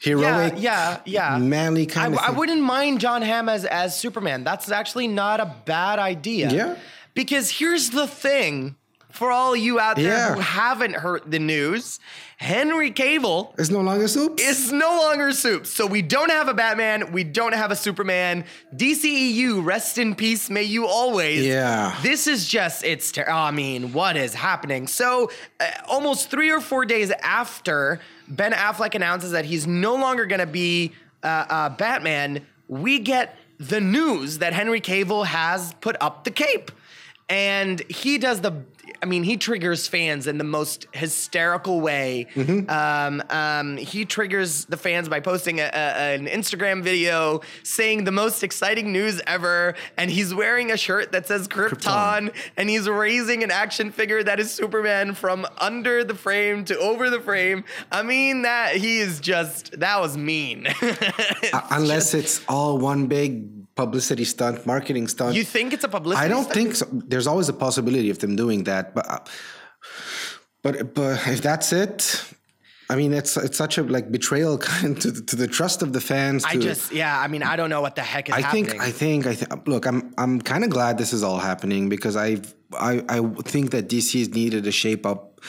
S1: Yeah,
S2: heroic,
S1: yeah, yeah.
S2: manly
S1: I,
S2: kind of.
S1: I
S2: thing.
S1: wouldn't mind John Hamm as, as Superman. That's actually not a bad idea.
S2: Yeah.
S1: Because here's the thing for all you out there
S2: Yeah.
S1: who haven't heard the news Henry Cable
S2: It's no longer soup.
S1: is no longer soup. So we don't have a Batman. We don't have a Superman. DCEU, rest in peace. May you always.
S2: Yeah.
S1: This is just, it's, ter- oh, I mean, what is happening? So uh, almost three or four days after Ben Affleck announces that he's no longer going to be uh, uh, Batman, we get the news that Henry Cavill has put up the cape. And he does the, I mean, he triggers fans in the most hysterical way. Um, um, he triggers the fans by posting a, a- an Instagram video saying the most exciting news ever. And he's wearing a shirt that says Krypton, and he's raising an action figure that is Superman from under the frame to over the frame. I mean, that he is just, that was
S2: *laughs*
S1: mean. *laughs*
S2: Unless it's all one big publicity stunt, marketing stunt.
S1: you think it's a publicity?
S2: I don't
S1: stunt?
S2: think so. There's always a possibility of them doing that, but uh, but but if that's it, I mean, it's it's such a like betrayal *laughs* kind to the, to the trust of the fans.
S1: I
S2: to-
S1: just, yeah, I mean, I don't know what the heck is
S2: I
S1: happening.
S2: think I think I th- look. I'm I'm kind of glad this is all happening because I I I think that DC's needed a shape up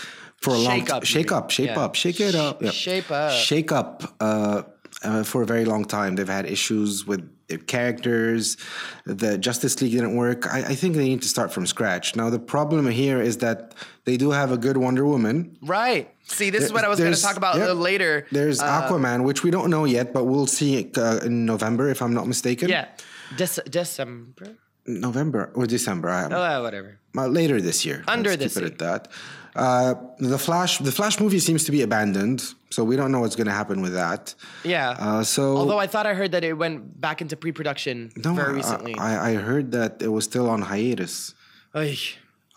S2: for a long
S1: Shake up, you
S2: shake
S1: mean.
S2: up, shape
S1: Yeah.
S2: up, shake it up, yeah.
S1: shape up.
S2: shake up. Uh, uh, for a very long time, they've had issues with their characters. The Justice League didn't work. I, I think they need to start from scratch. Now, the problem here is that they do have a good Wonder Woman.
S1: Right. See, this is what I was going to
S2: There's-
S1: talk about uh,
S2: yeah.
S1: later.
S2: There's Aquaman, which we don't know yet, but we'll see uh, in November, if I'm not mistaken.
S1: Yeah. Dec- December?
S2: November or December. I am
S1: Oh, whatever.
S2: uh, later this year.
S1: Under
S2: Let's
S1: this
S2: keep it at that. Uh, the Flash, the Flash movie seems to be abandoned, so we don't know what's going to happen with that.
S1: Yeah.
S2: Uh, so,
S1: Although I thought I heard that it went back into pre-production very recently.
S2: I, I heard that it was still on hiatus.
S1: Oy.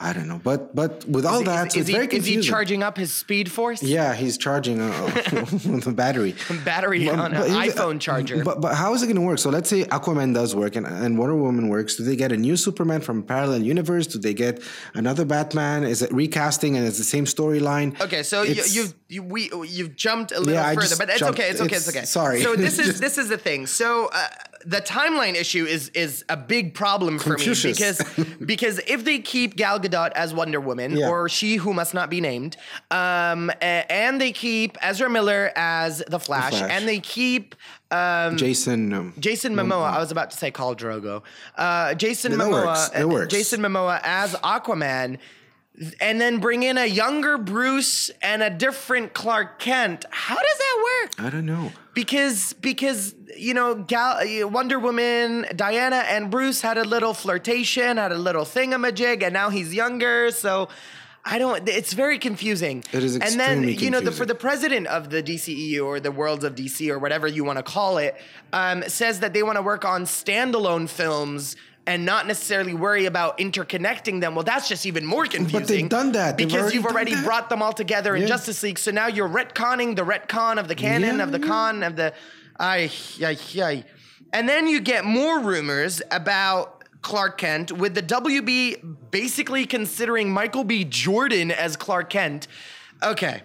S2: I don't know, but but with all that,
S1: is,
S2: it's
S1: he,
S2: Oh, very
S1: is
S2: confusing.
S1: he charging up his speed force?
S2: Yeah, he's charging uh, *laughs* the
S1: *laughs*
S2: battery.
S1: Battery
S2: But-
S1: on
S2: but
S1: an
S2: here's the-
S1: iPhone charger.
S2: But but how is it going to work? So let's say Aquaman does work and, and Wonder Woman works. Do they get a new Superman from a parallel universe? Do they get another Batman? Is it recasting and it's the same storyline?
S1: Okay, so you,
S2: It's-
S1: you've you, we you've jumped a little
S2: Yeah, I
S1: further,
S2: just
S1: but it's
S2: jumped.
S1: okay. It's okay. It's,
S2: It's-
S1: okay.
S2: sorry.
S1: So
S2: *laughs*
S1: this is this is the thing. So uh, the timeline issue is is a big problem for me
S2: Confucius.
S1: because
S2: *laughs*
S1: because if they keep Gal Gadot as Wonder Woman
S2: Yeah.
S1: or she who must not be named, um, a- and they keep Ezra Miller as the Flash,
S2: Flash.
S1: and they keep
S2: Jason. Um,
S1: Jason Momoa. I was about to say Khal Drogo. Uh, Jason
S2: that
S1: Momoa.
S2: works. That
S1: uh,
S2: works.
S1: Jason Momoa as Aquaman, and then bring in a younger Bruce and a different Clark Kent. How does that work?
S2: I don't know.
S1: Because because you know Gal- uh, Wonder Woman, Diana, and Bruce had a little flirtation, had a little thingamajig, and now he's younger. So. I don't. It's very confusing.
S2: It is
S1: And then
S2: extremely
S1: you know the, for
S2: confusing.
S1: the president of the DCEU or the worlds of DC or whatever you want to call it um, says that they want to work on standalone films and not necessarily worry about interconnecting them. Well, that's just even more confusing.
S2: done that. They've
S1: because
S2: already
S1: you've
S2: done
S1: already
S2: that.
S1: brought them all together in
S2: Yeah.
S1: Justice League. So now you're retconning the retcon of the canon
S2: Yeah,
S1: of the
S2: yeah.
S1: con of the ay ay ay. And then you get more rumors about Clark Kent with the WB basically considering Michael B. Jordan as Clark Kent. Okay.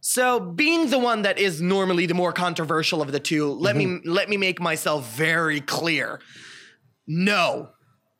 S1: So, being the one that is normally the more controversial of the two, let me let me make myself very clear. No.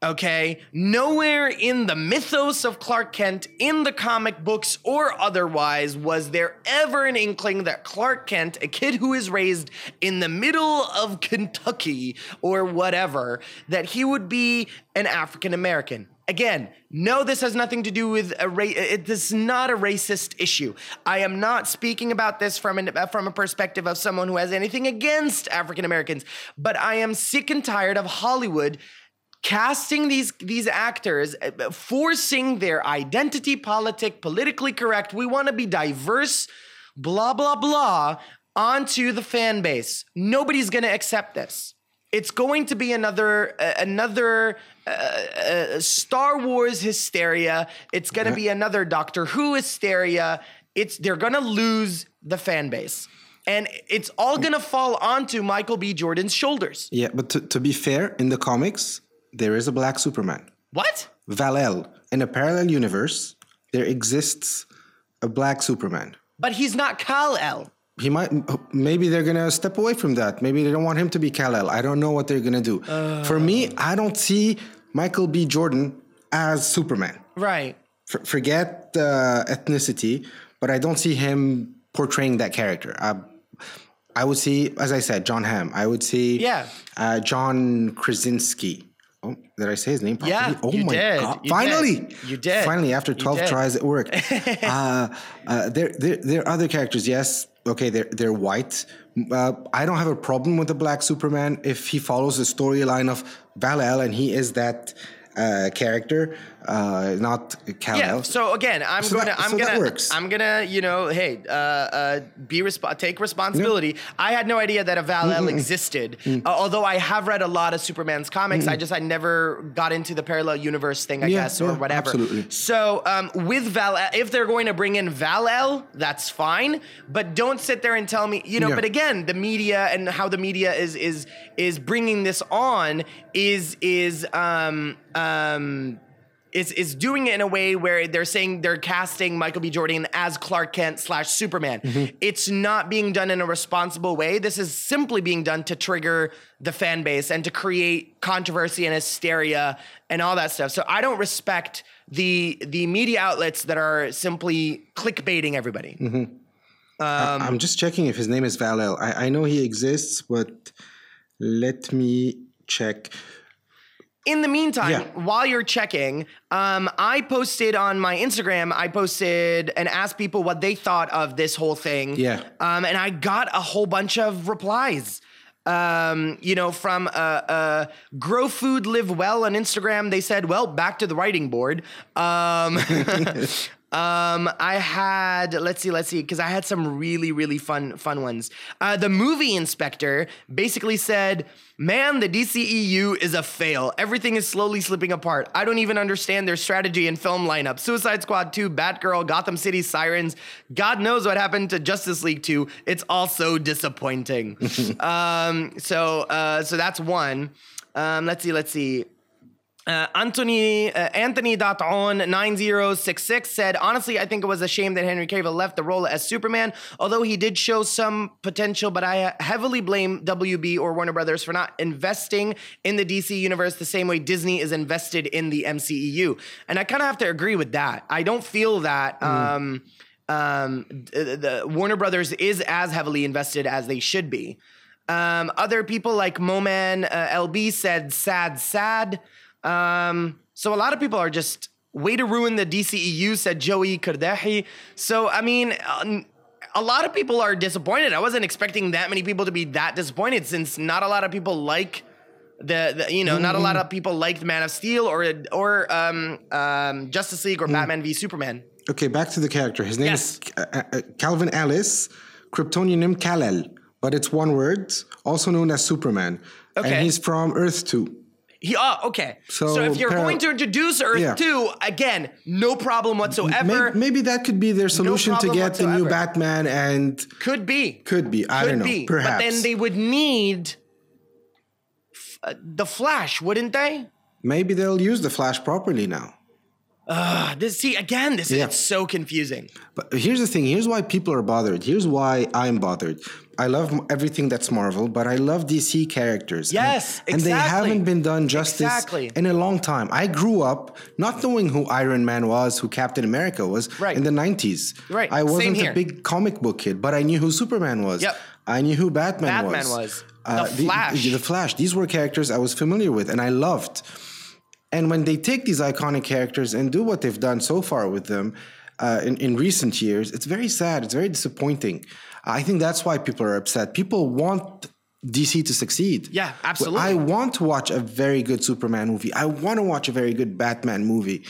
S1: Okay? Nowhere in the mythos of Clark Kent in the comic books or otherwise was there ever an inkling that Clark Kent, a kid who is raised in the middle of Kentucky or whatever, that he would be an African American. Again, no, this has nothing to do with a race. This is not a racist issue. I am not speaking about this from an, uh, from a perspective of someone who has anything against African Americans, but I am sick and tired of Hollywood casting these these actors uh, forcing their identity politic politically correct we want to be diverse blah blah blah onto the fan base nobody's going to accept this it's going to be another uh, another uh, uh, Star Wars hysteria. It's going to be another Doctor Who hysteria. it's they're gonna lose the fan base, and it's all gonna fall onto Michael B. Jordan's shoulders.
S2: Yeah, but to, to be fair, in the comics, there is a black Superman.
S1: What?
S2: Valel. In a parallel universe, there exists a black Superman.
S1: But he's not Kal El.
S2: He might. Maybe they're gonna step away from that. Maybe they don't want him to be Kal El. I don't know what they're gonna do. For me, I don't see Michael B. Jordan as Superman.
S1: Right.
S2: F- forget the ethnicity, but I don't see him portraying that character. I, I would see, as I said, John Hamm. I would see,
S1: Yeah.
S2: uh, John Krasinski. Oh, did I say his name properly?
S1: Yeah,
S2: oh
S1: you
S2: my
S1: did.
S2: god!
S1: You
S2: Finally,
S1: did. You did.
S2: Finally, after
S1: You
S2: twelve
S1: did.
S2: tries,
S1: *laughs*
S2: it worked. uh, uh, there, there, there are other characters. Yes, okay, they're they're white. Uh, I don't have a problem with the black Superman if he follows the storyline of Val El and he is that uh, character, uh, not Kal
S1: Yeah. So again, I'm
S2: So
S1: gonna,
S2: that-
S1: I'm
S2: so that
S1: gonna,
S2: works.
S1: I'm gonna, you know, hey, uh, uh, be resp- take responsibility. I had no idea that a Val El existed.
S2: Mm.
S1: Uh, although I have read a lot of Superman's comics, I just I never got into the parallel universe thing, I
S2: Yeah,
S1: guess, or
S2: yeah,
S1: whatever.
S2: absolutely.
S1: So um, with Val, El- if they're going to bring in Val El, that's fine. But don't sit there and tell me, you know.
S2: Yeah.
S1: But again, the media and how the media is is is bringing this on is is um um is is doing it in a way where they're saying they're casting Michael B. Jordan as Clark Kent slash Superman. It's not being done in a responsible way. This is simply being done to trigger the fan base and to create controversy and hysteria and all that stuff. So I don't respect the the media outlets that are simply clickbaiting everybody. um
S2: I'm just checking if his name is Valel. I, I know he exists, but let me check.
S1: in the meantime,
S2: Yeah.
S1: while you're checking, um, I posted on my Instagram, I posted and asked people what they thought of this whole thing.
S2: Yeah.
S1: Um, and I got a whole bunch of replies. Um, you know, from uh, uh, Grow Food Live Well on Instagram, they said, well, back to the writing board. Um, Um, I had let's see, let's see, because I had some really, really fun, fun ones. Uh, the movie inspector basically said, "Man, the DCEU is a fail. Everything is slowly slipping apart. I don't even understand their strategy and film lineup. Suicide Squad 2, Batgirl, Gotham City Sirens. God knows what happened to Justice League 2. It's also disappointing." um, so, uh, so that's one. Um, let's see, let's see. Uh, Anthony uh, Anthony Daton nine zero six six said, honestly, I think it was a shame that Henry Cavill left the role as Superman, although he did show some potential. But I heavily blame WB or Warner Brothers for not investing in the DC universe the same way Disney is invested in the MCEU, and I kind of have to agree with that. I don't feel that. Um, um, d- the Warner Brothers is as heavily invested as they should be. Um, other people like Moman uh, LB said sad, sad. Um, so a lot of people are just way to ruin the DCEU, said Joey Kardahi. So, I mean, um, a lot of people are disappointed. I wasn't expecting that many people to be that disappointed since not a lot of people like the, the you know, not a lot
S2: Mm-hmm.
S1: of people liked Man of Steel or or um, um, Justice League or
S2: Mm.
S1: Batman v Superman.
S2: Okay, back to the character. His name is uh, uh, Calvin Ellis, cryptonym Kalel, but it's one word, also known as Superman.
S1: Okay.
S2: And he's from Earth 2.
S1: He, oh, okay. So,
S2: So
S1: if you're
S2: para-
S1: going to introduce Earth
S2: Yeah.
S1: 2, again, no problem whatsoever.
S2: Maybe, maybe that could be their solution to
S1: problem
S2: get the new
S1: whatsoever.
S2: Batman and
S1: Could be.
S2: could be. I
S1: could
S2: don't know.
S1: be.
S2: Perhaps.
S1: But then they would need f- uh, the Flash, wouldn't they?
S2: maybe they'll use the Flash properly now.
S1: Uh, this see again. This
S2: Yeah.
S1: is it's so confusing.
S2: But here's the thing. Here's why people are bothered. Here's why I'm bothered. I love m- everything that's Marvel, but I love DC characters. And-
S1: Yes,
S2: and, they
S1: exactly.
S2: haven't been done justice
S1: Exactly.
S2: in a long time. I grew up not knowing who Iron Man was, who Captain America was
S1: Right.
S2: in the 90s.
S1: Right,
S2: I
S1: same
S2: wasn't
S1: here.
S2: a big comic book kid, but I knew who Superman was.
S1: Yep.
S2: I knew who Batman,
S1: Batman
S2: was.
S1: was.
S2: Uh,
S1: The Flash.
S2: The, Flash. These were characters I was familiar with and I loved. And when they take these iconic characters and do what they've done so far with them uh, in, in recent years, it's very sad. It's very disappointing. I think that's why people are upset. People want DC to succeed.
S1: Yeah, absolutely.
S2: I want to watch a very good Superman movie. I want to watch a very good Batman movie.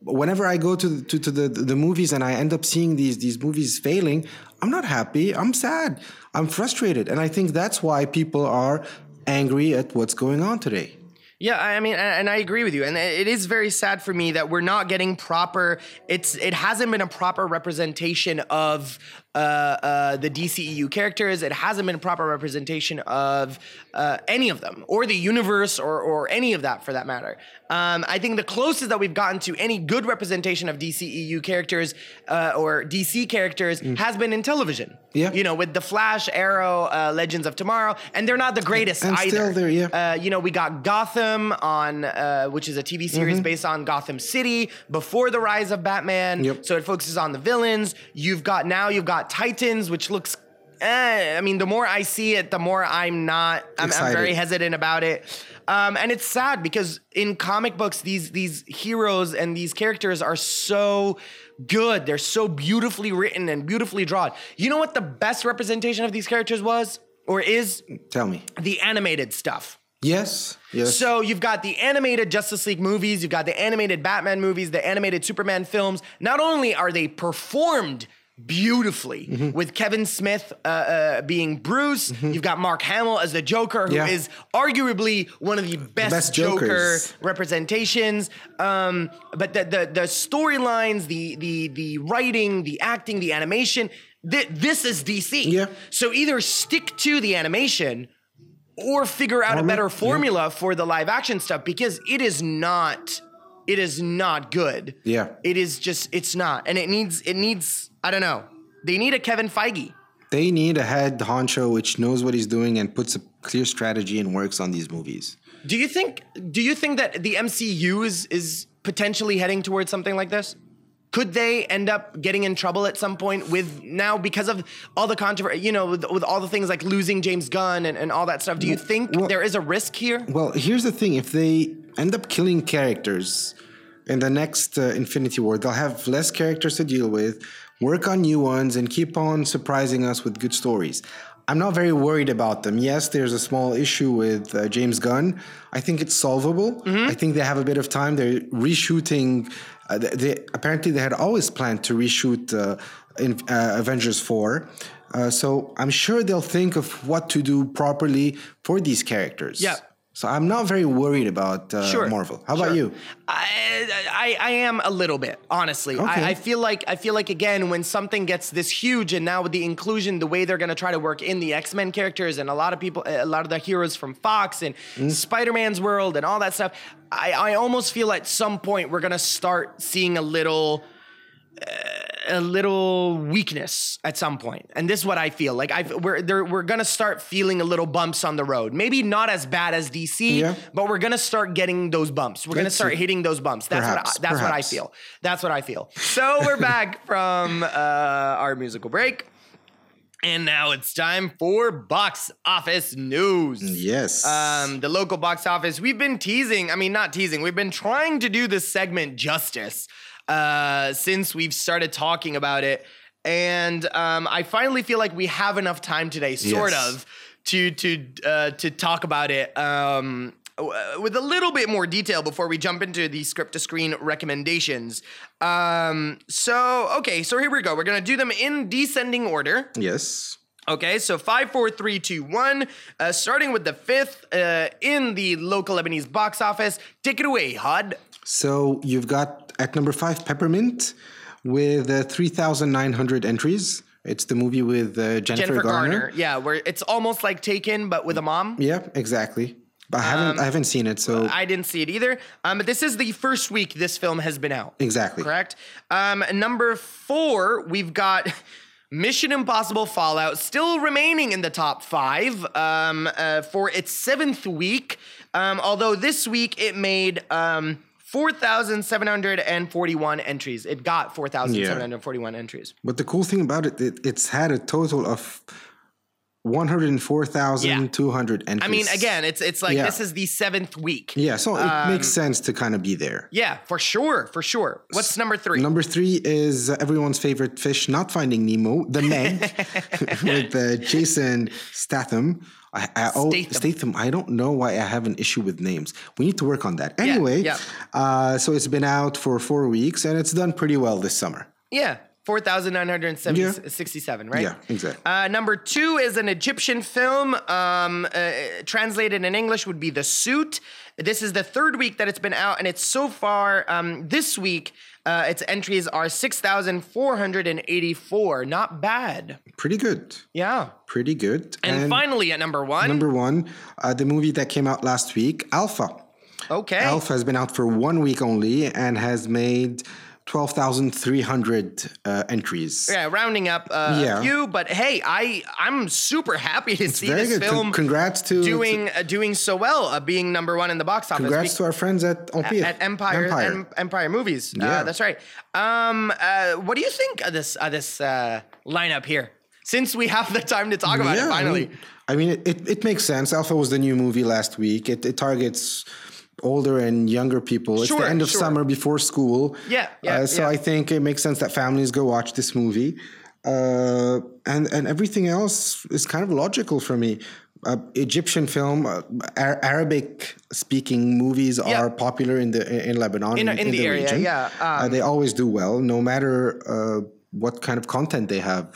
S2: Whenever I go to the, to, to the, the movies and I end up seeing these these movies failing, I'm not happy. I'm sad. I'm frustrated, and I think that's why people are angry at what's going on today.
S1: Yeah, I mean, and and I agree with you, and it is very sad for me that we're not getting proper. It's it hasn't been a proper representation of uh, uh, the DCEU characters. It hasn't been a proper representation of uh, any of them, or the universe, or or any of that for that matter. Um, I think the closest that we've gotten to any good representation of DCEU characters uh, or DC characters has been in television.
S2: Mm. Yeah.
S1: you know, with the Flash, Arrow, uh, Legends of Tomorrow, and they're not the greatest
S2: And
S1: either.
S2: still they're- yeah.
S1: Uh, you know, we got Gotham on, uh, which is a TV series
S2: Mm-hmm.
S1: based on Gotham City before the rise of Batman.
S2: Yep.
S1: So it focuses on the villains. You've got now you've got Titans, which looks. Eh, I mean, the more I see it, the more I'm not. I'm, I'm very
S2: Excited.
S1: hesitant about it, um, and it's sad because in comic books, these these heroes and these characters are so good. They're so beautifully written and beautifully drawn. You know what the best representation of these characters was or is?
S2: Tell me.
S1: The animated stuff.
S2: Yes. Yes.
S1: So you've got the animated Justice League movies, you've got the animated Batman movies, the animated Superman films. Not only are they performed beautifully
S2: Mm-hmm.
S1: with Kevin Smith uh, uh, being Bruce, you've got Mark Hamill as the Joker, who is
S2: Yeah.
S1: arguably one of the best,
S2: Best
S1: Joker
S2: Jokers.
S1: representations. Um, but the the, the storylines, the the the writing, the acting, the animation. thi- this is DC.
S2: Yeah.
S1: So either stick to the animation or figure out a
S2: Format,
S1: better
S2: yeah.
S1: formula for the live action stuff because it is not it is not good.
S2: Yeah.
S1: It is just it's not. And it needs it needs I don't know. They need a Kevin Feige.
S2: they need a head honcho which knows what he's doing and puts a clear strategy and works on these movies.
S1: Do you think do you think that the MCU is is potentially heading towards something like this? Could they end up getting in trouble at some point with now because of all the controversy, you know, with, with all the things like losing James Gunn and, and all that stuff? Do you think
S2: well-
S1: there is a risk here?
S2: Well, here's the thing: if they end up killing characters in the next uh, Infinity War, they'll have less characters to deal with, work on new ones, and keep on surprising us with good stories. I'm not very worried about them. Yes, there's a small issue with uh, James Gunn. I think it's solvable. I think they have a bit of time. They're reshooting. Uh, they, they- apparently they had always planned to reshoot uh, in, uh, Avengers Four. Uh, so I'm sure they'll think of what to do properly for these characters.
S1: Yeah.
S2: So I'm not very worried about uh,
S1: Sure.
S2: Marvel. How about
S1: Sure.
S2: you?
S1: I, I I am a little bit honestly.
S2: Okay.
S1: I, I feel like I feel like again when something gets this huge and now with the inclusion, the way they're gonna try to work in the X Men characters and a lot of people, a lot of the heroes from Fox and
S2: Mm.
S1: Spider Man's world and all that stuff. I I almost feel at some point we're gonna start seeing a little uh, a little weakness at some point, and this is what I feel like. I we're there, we're gonna start feeling a little bumps on the road. Maybe not as bad as DC,
S2: Yeah.
S1: but we're gonna start getting those bumps. We're gonna
S2: That's
S1: start
S2: it.
S1: hitting those bumps. That's
S2: Perhaps,
S1: what I, that's what I
S2: perhaps.
S1: feel. That's what I feel. So we're back *laughs* from uh, our musical break, and now it's time for box office news.
S2: Yes.
S1: Um, the local box office. We've been teasing, I mean, not teasing, we've been trying to do this segment justice uh, since we've started talking about it. And um, I finally feel like we have enough time today, sort
S2: Yes.
S1: of, to to uh, to talk about it um, w- with a little bit more detail before we jump into the script to screen recommendations. Um, so okay, so here we go. We're gonna do them in descending order.
S2: yes.
S1: Okay, so five, four, three, two, one. Uh, starting with the fifth uh, in the local Lebanese box office. Take it away, Hod.
S2: So you've got at number five Peppermint with uh, 3,900 entries. It's the movie with uh, Jennifer,
S1: Jennifer
S2: Garner.
S1: Garner. Yeah, where it's almost like Taken, but with a mom.
S2: Yeah, exactly. But I haven't I haven't seen it. So
S1: Um, I didn't see it either. Um, but this is the first week this film has been out.
S2: exactly.
S1: Correct. Um, number four, we've got Mission Impossible Fallout still remaining in the top five um, uh, for its seventh week. Um, although this week it made um, 4,741 entries. It got 4,741 entries.
S2: But the cool thing about it, it it's had a total of 104,200 entries.
S1: I mean, again, it's it's like
S2: Yeah.
S1: this is the seventh week.
S2: Yeah, so it makes
S1: um,
S2: sense to kind of be there.
S1: Yeah, for sure, for sure. What's number three?
S2: Number three is uh, everyone's favorite fish, not Finding Nemo, The
S1: *laughs*
S2: Meg, with uh, Jason Statham. I, I, oh,
S1: Statham.
S2: Statham. I don't know why I have an issue with names. We need to work on that. Anyway,
S1: yeah.
S2: Uh, so it's been out for four weeks and it's done pretty well this summer.
S1: Yeah, 4,967, right?
S2: Yeah, exactly.
S1: Uh, number two is an Egyptian film. Um, uh, translated in English would be The Suit. This is the third week that it's been out, and it's so far um, this week. Uh, its entries are 6,484. Not bad.
S2: Pretty good.
S1: Yeah.
S2: Pretty good.
S1: And, finally, at number one.
S2: number one, uh, the movie that came out last week, Alpha.
S1: okay.
S2: Alpha has been out for one week only and has made 12,300 uh, entries.
S1: Yeah, rounding up uh,
S2: Yeah.
S1: a few, but hey, I I'm super happy to see
S2: Very
S1: this
S2: good. Con-
S1: film
S2: congrats to
S1: doing uh, doing so well, uh, being number one in the box office.
S2: congrats to our friends at
S1: Be-
S2: Empire.
S1: at Empire Empire, Empire Movies,
S2: Yeah.
S1: uh, that's right. Um, uh, what do you think of this uh, this uh, lineup here? Since we have the time to talk about it,
S2: I
S1: finally.
S2: mean- I mean, it, it, it makes sense. Alpha was the new movie last week. It, it targets older and younger people. It's
S1: Sure,
S2: the end of
S1: sure.
S2: summer before school.
S1: Yeah, yeah,
S2: Uh, so
S1: yeah.
S2: I think it makes sense that families go watch this movie. Uh, and, and everything else is kind of logical for me. Uh, Egyptian film, uh, Arabic speaking movies are popular in the in Lebanon
S1: In- in the area,
S2: region.
S1: yeah, um,
S2: Uh, they always do well, no matter uh, what kind of content they have,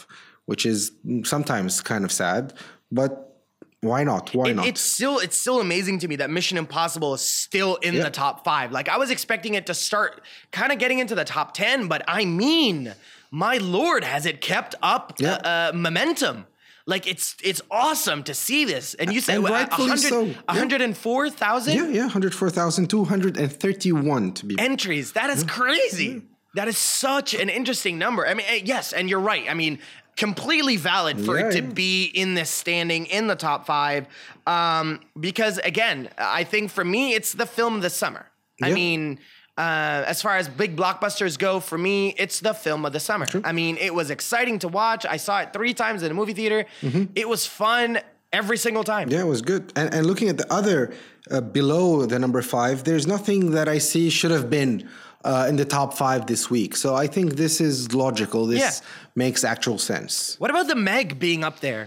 S2: which is sometimes kind of sad. But why not? Why not?
S1: It's still it's still amazing to me that Mission Impossible is still in the top five. Like I was expecting it to start kind of getting into the top ten, but I mean, my lord, has it kept up
S2: Yeah.
S1: uh, uh, momentum? Like it's it's awesome to see this. And you said
S2: And
S1: uh,
S2: rightfully
S1: 100
S2: so, yeah.
S1: 104,000
S2: yeah, yeah, 104,231 to be.
S1: entries. That is
S2: Mm-hmm.
S1: crazy. That is such an interesting number. I mean, eh, yes, and you're right. I mean, completely valid for
S2: Yeah,
S1: it to
S2: yeah.
S1: be in this standing in the top five. Um, because again, I think for me, it's the film of the summer. I
S2: Yeah.
S1: mean, uh, as far as big blockbusters go, for me, it's the film of the summer. I mean, it was exciting to watch. I saw it three times in a movie theater. It was fun every single time.
S2: Mm-hmm. yeah, it was good. And, and looking at the other uh, below the number five, there's nothing that I see should have been uh, in the top five this week. So I think this is logical. This
S1: Yeah.
S2: makes actual sense.
S1: What about the Meg being up there?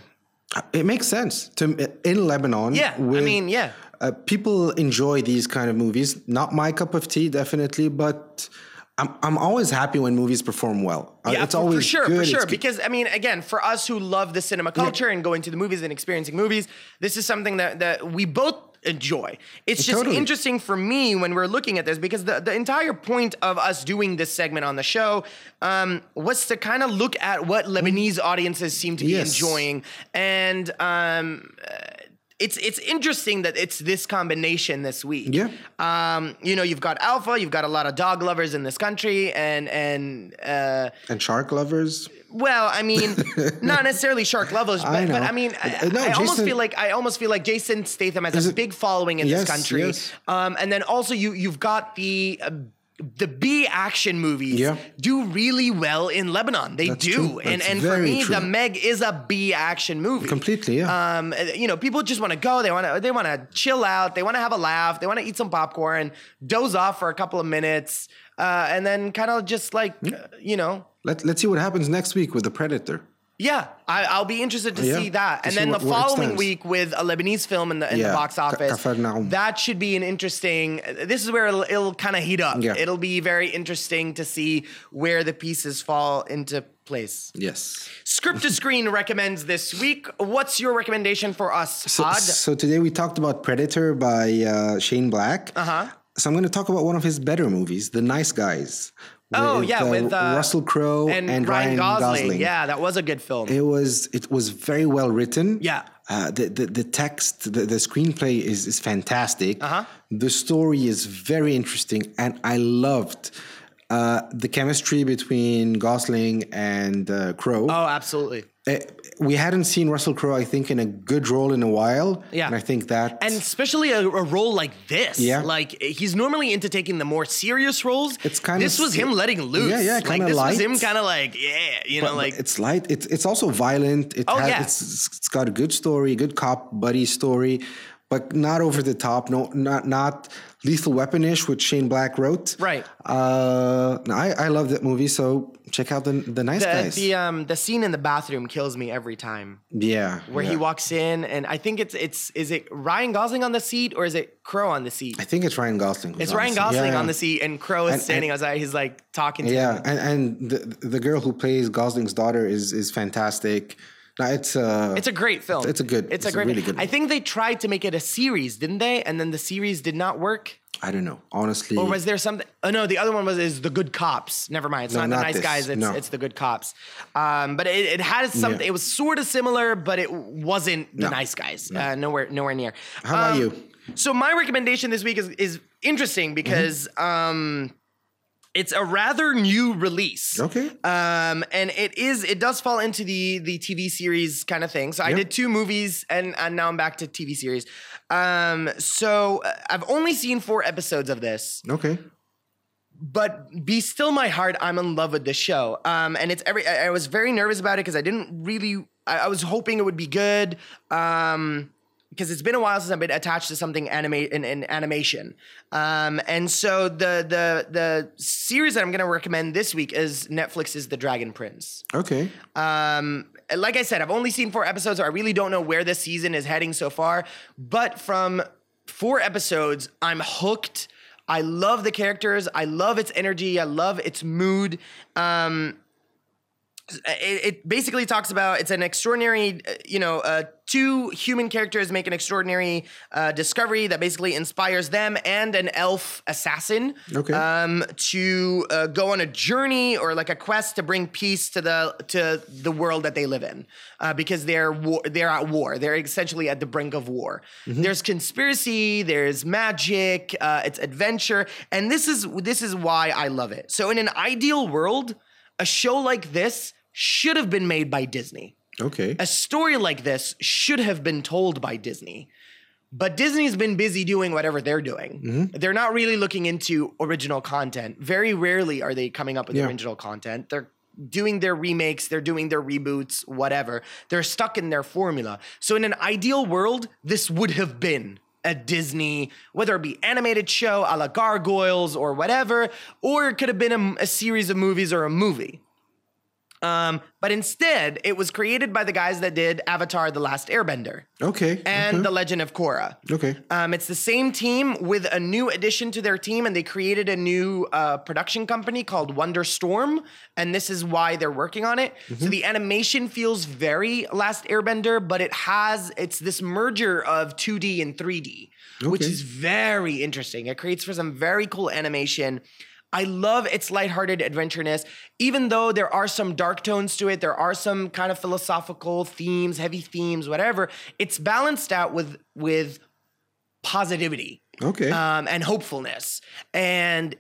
S2: It makes sense to in Lebanon.
S1: Yeah, I mean, yeah.
S2: uh, people enjoy these kind of movies. Not my cup of tea, definitely, but I'm I'm always happy when movies perform well. Uh,
S1: Yeah,
S2: it's
S1: for, for
S2: always
S1: sure,
S2: good.
S1: for
S2: it's
S1: sure.
S2: good.
S1: Because I mean, again, for us who love the cinema culture and going to the movies and experiencing movies, this is something that that we both enjoy. It's just
S2: Totally.
S1: interesting for me when we're looking at this because the, the entire point of us doing this segment on the show um, was to kind of look at what Lebanese audiences seem to be
S2: Mm-hmm. Yes.
S1: enjoying and. Um, uh, it's it's interesting that it's this combination this week.
S2: Yeah.
S1: Um, you know, you've got alpha, you've got a lot of dog lovers in this country, and and uh,
S2: and shark lovers.
S1: well, I
S2: *laughs*
S1: mean, not necessarily shark lovers, but I,
S2: know.
S1: but, I mean, I,
S2: Uh, no,
S1: I almost
S2: Jason-
S1: feel like I almost feel like Jason Statham has a
S2: it-
S1: big following in
S2: Yes,
S1: this country,
S2: yes.
S1: um, and then also you you've got the. Uh, the B action movies
S2: Yeah.
S1: do really well in Lebanon. They do,
S2: true.
S1: and
S2: That's
S1: and for
S2: very
S1: me,
S2: true.
S1: the Meg is a B action movie.
S2: Completely, yeah.
S1: Um, you know, people just want to go. They want to. They want to chill out. They want to have a laugh. They want to eat some popcorn, doze off for a couple of minutes, uh, and then kind of just like uh, you know,
S2: Let Let's see what happens next week with the Predator.
S1: yeah, I, I'll be interested to
S2: Yeah,
S1: see that.
S2: to
S1: and
S2: see
S1: then
S2: what-
S1: the
S2: where it
S1: following
S2: stands.
S1: week with a Lebanese film in the, in
S2: Yeah,
S1: the box
S2: Ka-
S1: office.
S2: Kafarnaum.
S1: That should be an interesting. This is where it'll, it'll kind of heat up.
S2: Yeah.
S1: It'll be very interesting to see where the pieces fall into place.
S2: Yes.
S1: Script to Screen recommends this week. What's your recommendation for us,
S2: So,
S1: Todd?
S2: so today we talked about Predator by uh, Shane Black. Uh
S1: Uh-huh.
S2: huh. So I'm going to talk about one of his better movies, The Nice Guys.
S1: Oh, yeah, with, uh,
S2: Russell Crowe and, Ryan, Gosling.
S1: Yeah, that was a good film.
S2: It was it was very well written.
S1: Yeah.
S2: Uh, the, the the text, the, the screenplay is is fantastic. Uh-huh. The story is very interesting, and I loved uh, the chemistry between Gosling and uh, Crowe.
S1: oh, absolutely.
S2: Uh, we hadn't seen Russell Crowe, I think, in a good role in a while.
S1: Yeah.
S2: and I think that
S1: And especially a, a role like this.
S2: Yeah.
S1: Like he's normally into taking the more serious roles.
S2: It's kinda
S1: This was
S2: se-
S1: him letting loose.
S2: Yeah, yeah,
S1: Like
S2: kinda
S1: this was
S2: light.
S1: him kind of like, yeah, you know,
S2: But
S1: like
S2: it's light. It's it's also violent. It
S1: Oh,
S2: has,
S1: yeah.
S2: it's, it's got a good story, good cop buddy story, but but not over the top. No, not not Lethal Weaponish, which Shane Black wrote.
S1: Right.
S2: Uh, no, I I love that movie. So check out the the Nice
S1: The,
S2: Guys.
S1: the um the scene in the bathroom kills me every time.
S2: yeah.
S1: Where
S2: yeah.
S1: he walks in and I think it's it's is it Ryan Gosling on the seat or is it Crow on the seat?
S2: I think it's Ryan Gosling. who's
S1: It's
S2: on
S1: Ryan
S2: the scene.
S1: Gosling
S2: Yeah.
S1: on the seat and Crow is
S2: And-
S1: standing outside. He's like talking to
S2: Yeah,
S1: him.
S2: and and the the girl who plays Gosling's daughter is is fantastic. No, it's uh,
S1: It's a great film.
S2: It's a good-
S1: It's,
S2: it's
S1: a
S2: a
S1: great.
S2: really good
S1: I
S2: one.
S1: think they tried to make it a series, didn't they? And then the series did not work.
S2: I don't know honestly.
S1: Or was there something? Oh no, the other one was is the good cops. Never mind, it's
S2: No,
S1: not, the
S2: not
S1: nice
S2: this.
S1: guys. It's
S2: No.
S1: it's the good cops. Um, but it, it had something.
S2: Yeah.
S1: It was sort of similar, but it wasn't the
S2: No.
S1: nice guys. Uh, nowhere nowhere near. Uh,
S2: How
S1: um,
S2: about you?
S1: So my recommendation this week is is interesting because
S2: Mm-hmm.
S1: um, it's a rather new release.
S2: okay.
S1: Um, and it is it does fall into the the TV series kind of thing. So I
S2: Yep.
S1: did two movies, and and now I'm back to TV series. Um, so uh, I've only seen four episodes of this,
S2: okay.
S1: but be still my heart. I'm in love with this show. Um, and it's every I, I was very nervous about it because I didn't really I, I was hoping it would be good. Um. Because it's been a while since I've been attached to something anime in, in animation, um, and so the the the series that I'm going to recommend this week is Netflix's The Dragon Prince.
S2: Okay.
S1: Um, like I said, I've only seen four episodes, so I really don't know where this season is heading so far. But from four episodes, I'm hooked. I love the characters. I love its energy. I love its mood. Um, it, it basically talks about it's an extraordinary, uh, you know, uh, two human characters make an extraordinary uh, discovery that basically inspires them and an elf assassin
S2: Okay.
S1: um, to uh, go on a journey or like a quest to bring peace to the to the world that they live in, uh, because they're war- they're at war. They're essentially at the brink of war. There's conspiracy. There's magic. Uh, it's adventure, and this is this is why I love it. So, in an ideal world, a show like this should have been made by Disney.
S2: okay.
S1: A story like this should have been told by Disney. But Disney's been busy doing whatever they're doing. They're not really looking into original content. Very rarely are they coming up with
S2: Yeah.
S1: original content. They're doing their remakes, they're doing their reboots, whatever. They're stuck in their formula. So, in an ideal world, this would have been a Disney, whether it be animated show a la Gargoyles or whatever, or it could have been a, a series of movies or a movie. Um, but instead, it was created by the guys that did Avatar: The Last Airbender
S2: Okay.
S1: and
S2: okay.
S1: The Legend of Korra.
S2: Okay.
S1: Um, it's the same team with a new addition to their team, and they created a new uh, production company called Wonderstorm, and this is why they're working on it. So the animation feels very Last Airbender, but it has it's this merger of 2D and 3D, which
S2: Okay.
S1: is very interesting. It creates for some very cool animation. I love its lighthearted adventureness, even though there are some dark tones to it. There are some kind of philosophical themes, heavy themes, whatever. It's balanced out with with positivity
S2: Okay.
S1: um, and hopefulness and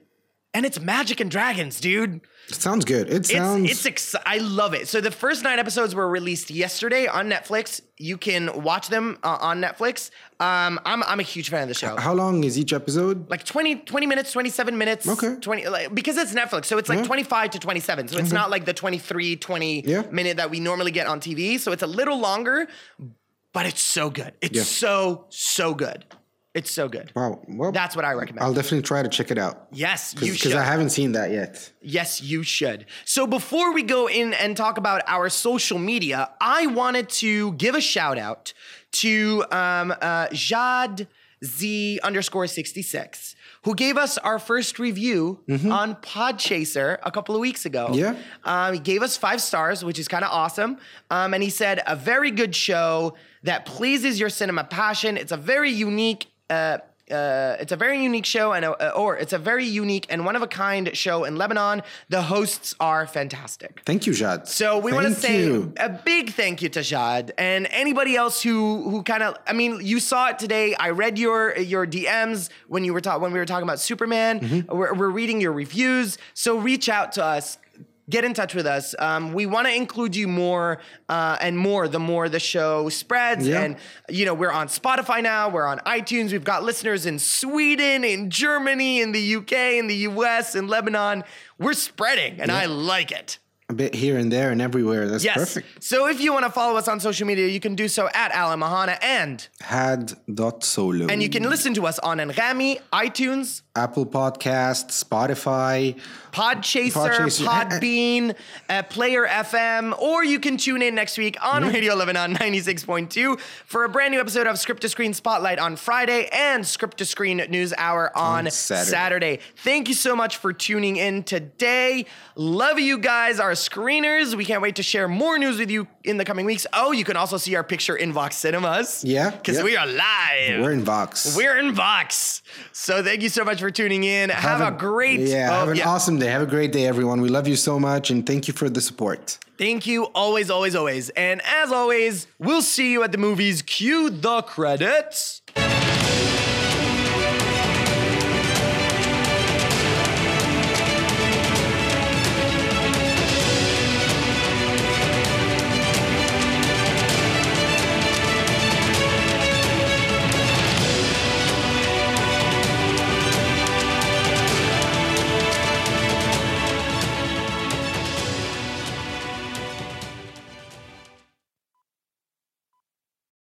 S1: and it's magic and dragons dude
S2: sounds good. It
S1: it's
S2: sounds.
S1: it's exci- i love it so the first nine episodes were released yesterday on netflix you can watch them uh, on netflix um, I'm, I'm a huge fan of the show
S2: how long is each episode?
S1: like 20, 20 minutes 27 minutes
S2: Okay.
S1: 20 like, because it's netflix so it's like
S2: Yeah.
S1: 25 to 27 so it's not like the 23 20
S2: Yeah.
S1: minute that we normally get on tv so it's a little longer but it's so good it's
S2: Yeah.
S1: so so good it's so good
S2: Wow. Well,
S1: that's what i recommend
S2: I'll definitely try to check it out.
S1: Yes, you
S2: Because
S1: should.
S2: I haven't seen that yet.
S1: yes, you should. So before we go in and talk about our social media, I wanted to give a shout out to um, uh, Jad Z underscore sixty six, who gave us our first review on Podchaser a couple of weeks ago.
S2: Mm-hmm. Yeah.
S1: Um, he gave us five stars, which is kind of awesome. Um, and he said, a very good show that pleases your cinema passion. It's a very unique. Uh, uh, it's a very unique show, and a, or it's a very unique and one of a kind show in Lebanon. The hosts are fantastic.
S2: Thank you, Jad.
S1: So we want to
S2: Thank
S1: say
S2: you.
S1: a big thank you to Jad and anybody else who who kind of I mean you saw it today. I read your your DMs when you were ta- when we were talking about Superman.
S2: Mm-hmm.
S1: We're, we're reading your reviews, so reach out to us. Get in touch with us. Um, we want to include you more uh, and more the more the show spreads.
S2: Yeah.
S1: And, you know, we're on Spotify now, we're on iTunes. We've got listeners in Sweden, in Germany, in the UK, in the US, in Lebanon. We're spreading, and I like it.
S2: a bit here and there and everywhere. That's
S1: Yes.
S2: perfect.
S1: So if you want to follow us on social media, you can do so at Alan Mahana and
S2: Had dot solo.
S1: and you can listen to us on Enrami, iTunes,
S2: Apple Podcast, Spotify.
S1: Podchaser,
S2: Podchaser. Eh,
S1: Podbean, uh, Player FM, or you can tune in next week on Radio Lebanon 96.2 for a brand new episode of Script to Screen Spotlight on Friday and Script to Screen News Hour on,
S2: On
S1: Saturday.
S2: Saturday.
S1: Thank you so much for tuning in today. Love you guys, our screeners. We can't wait to share more news with you in the coming weeks. Oh, you can also see our picture in Vox Cinemas.
S2: Yeah,
S1: Because
S2: yeah.
S1: we are live.
S2: We're in Vox.
S1: We're in Vox. So thank you so much for tuning in. Have, a, great
S2: Yeah,
S1: oh,
S2: have an awesome day. Have a great day, everyone. We love you so much and thank you for the support.
S1: Thank you always, always, always. And as always, we'll see you at the movies. Cue the credits.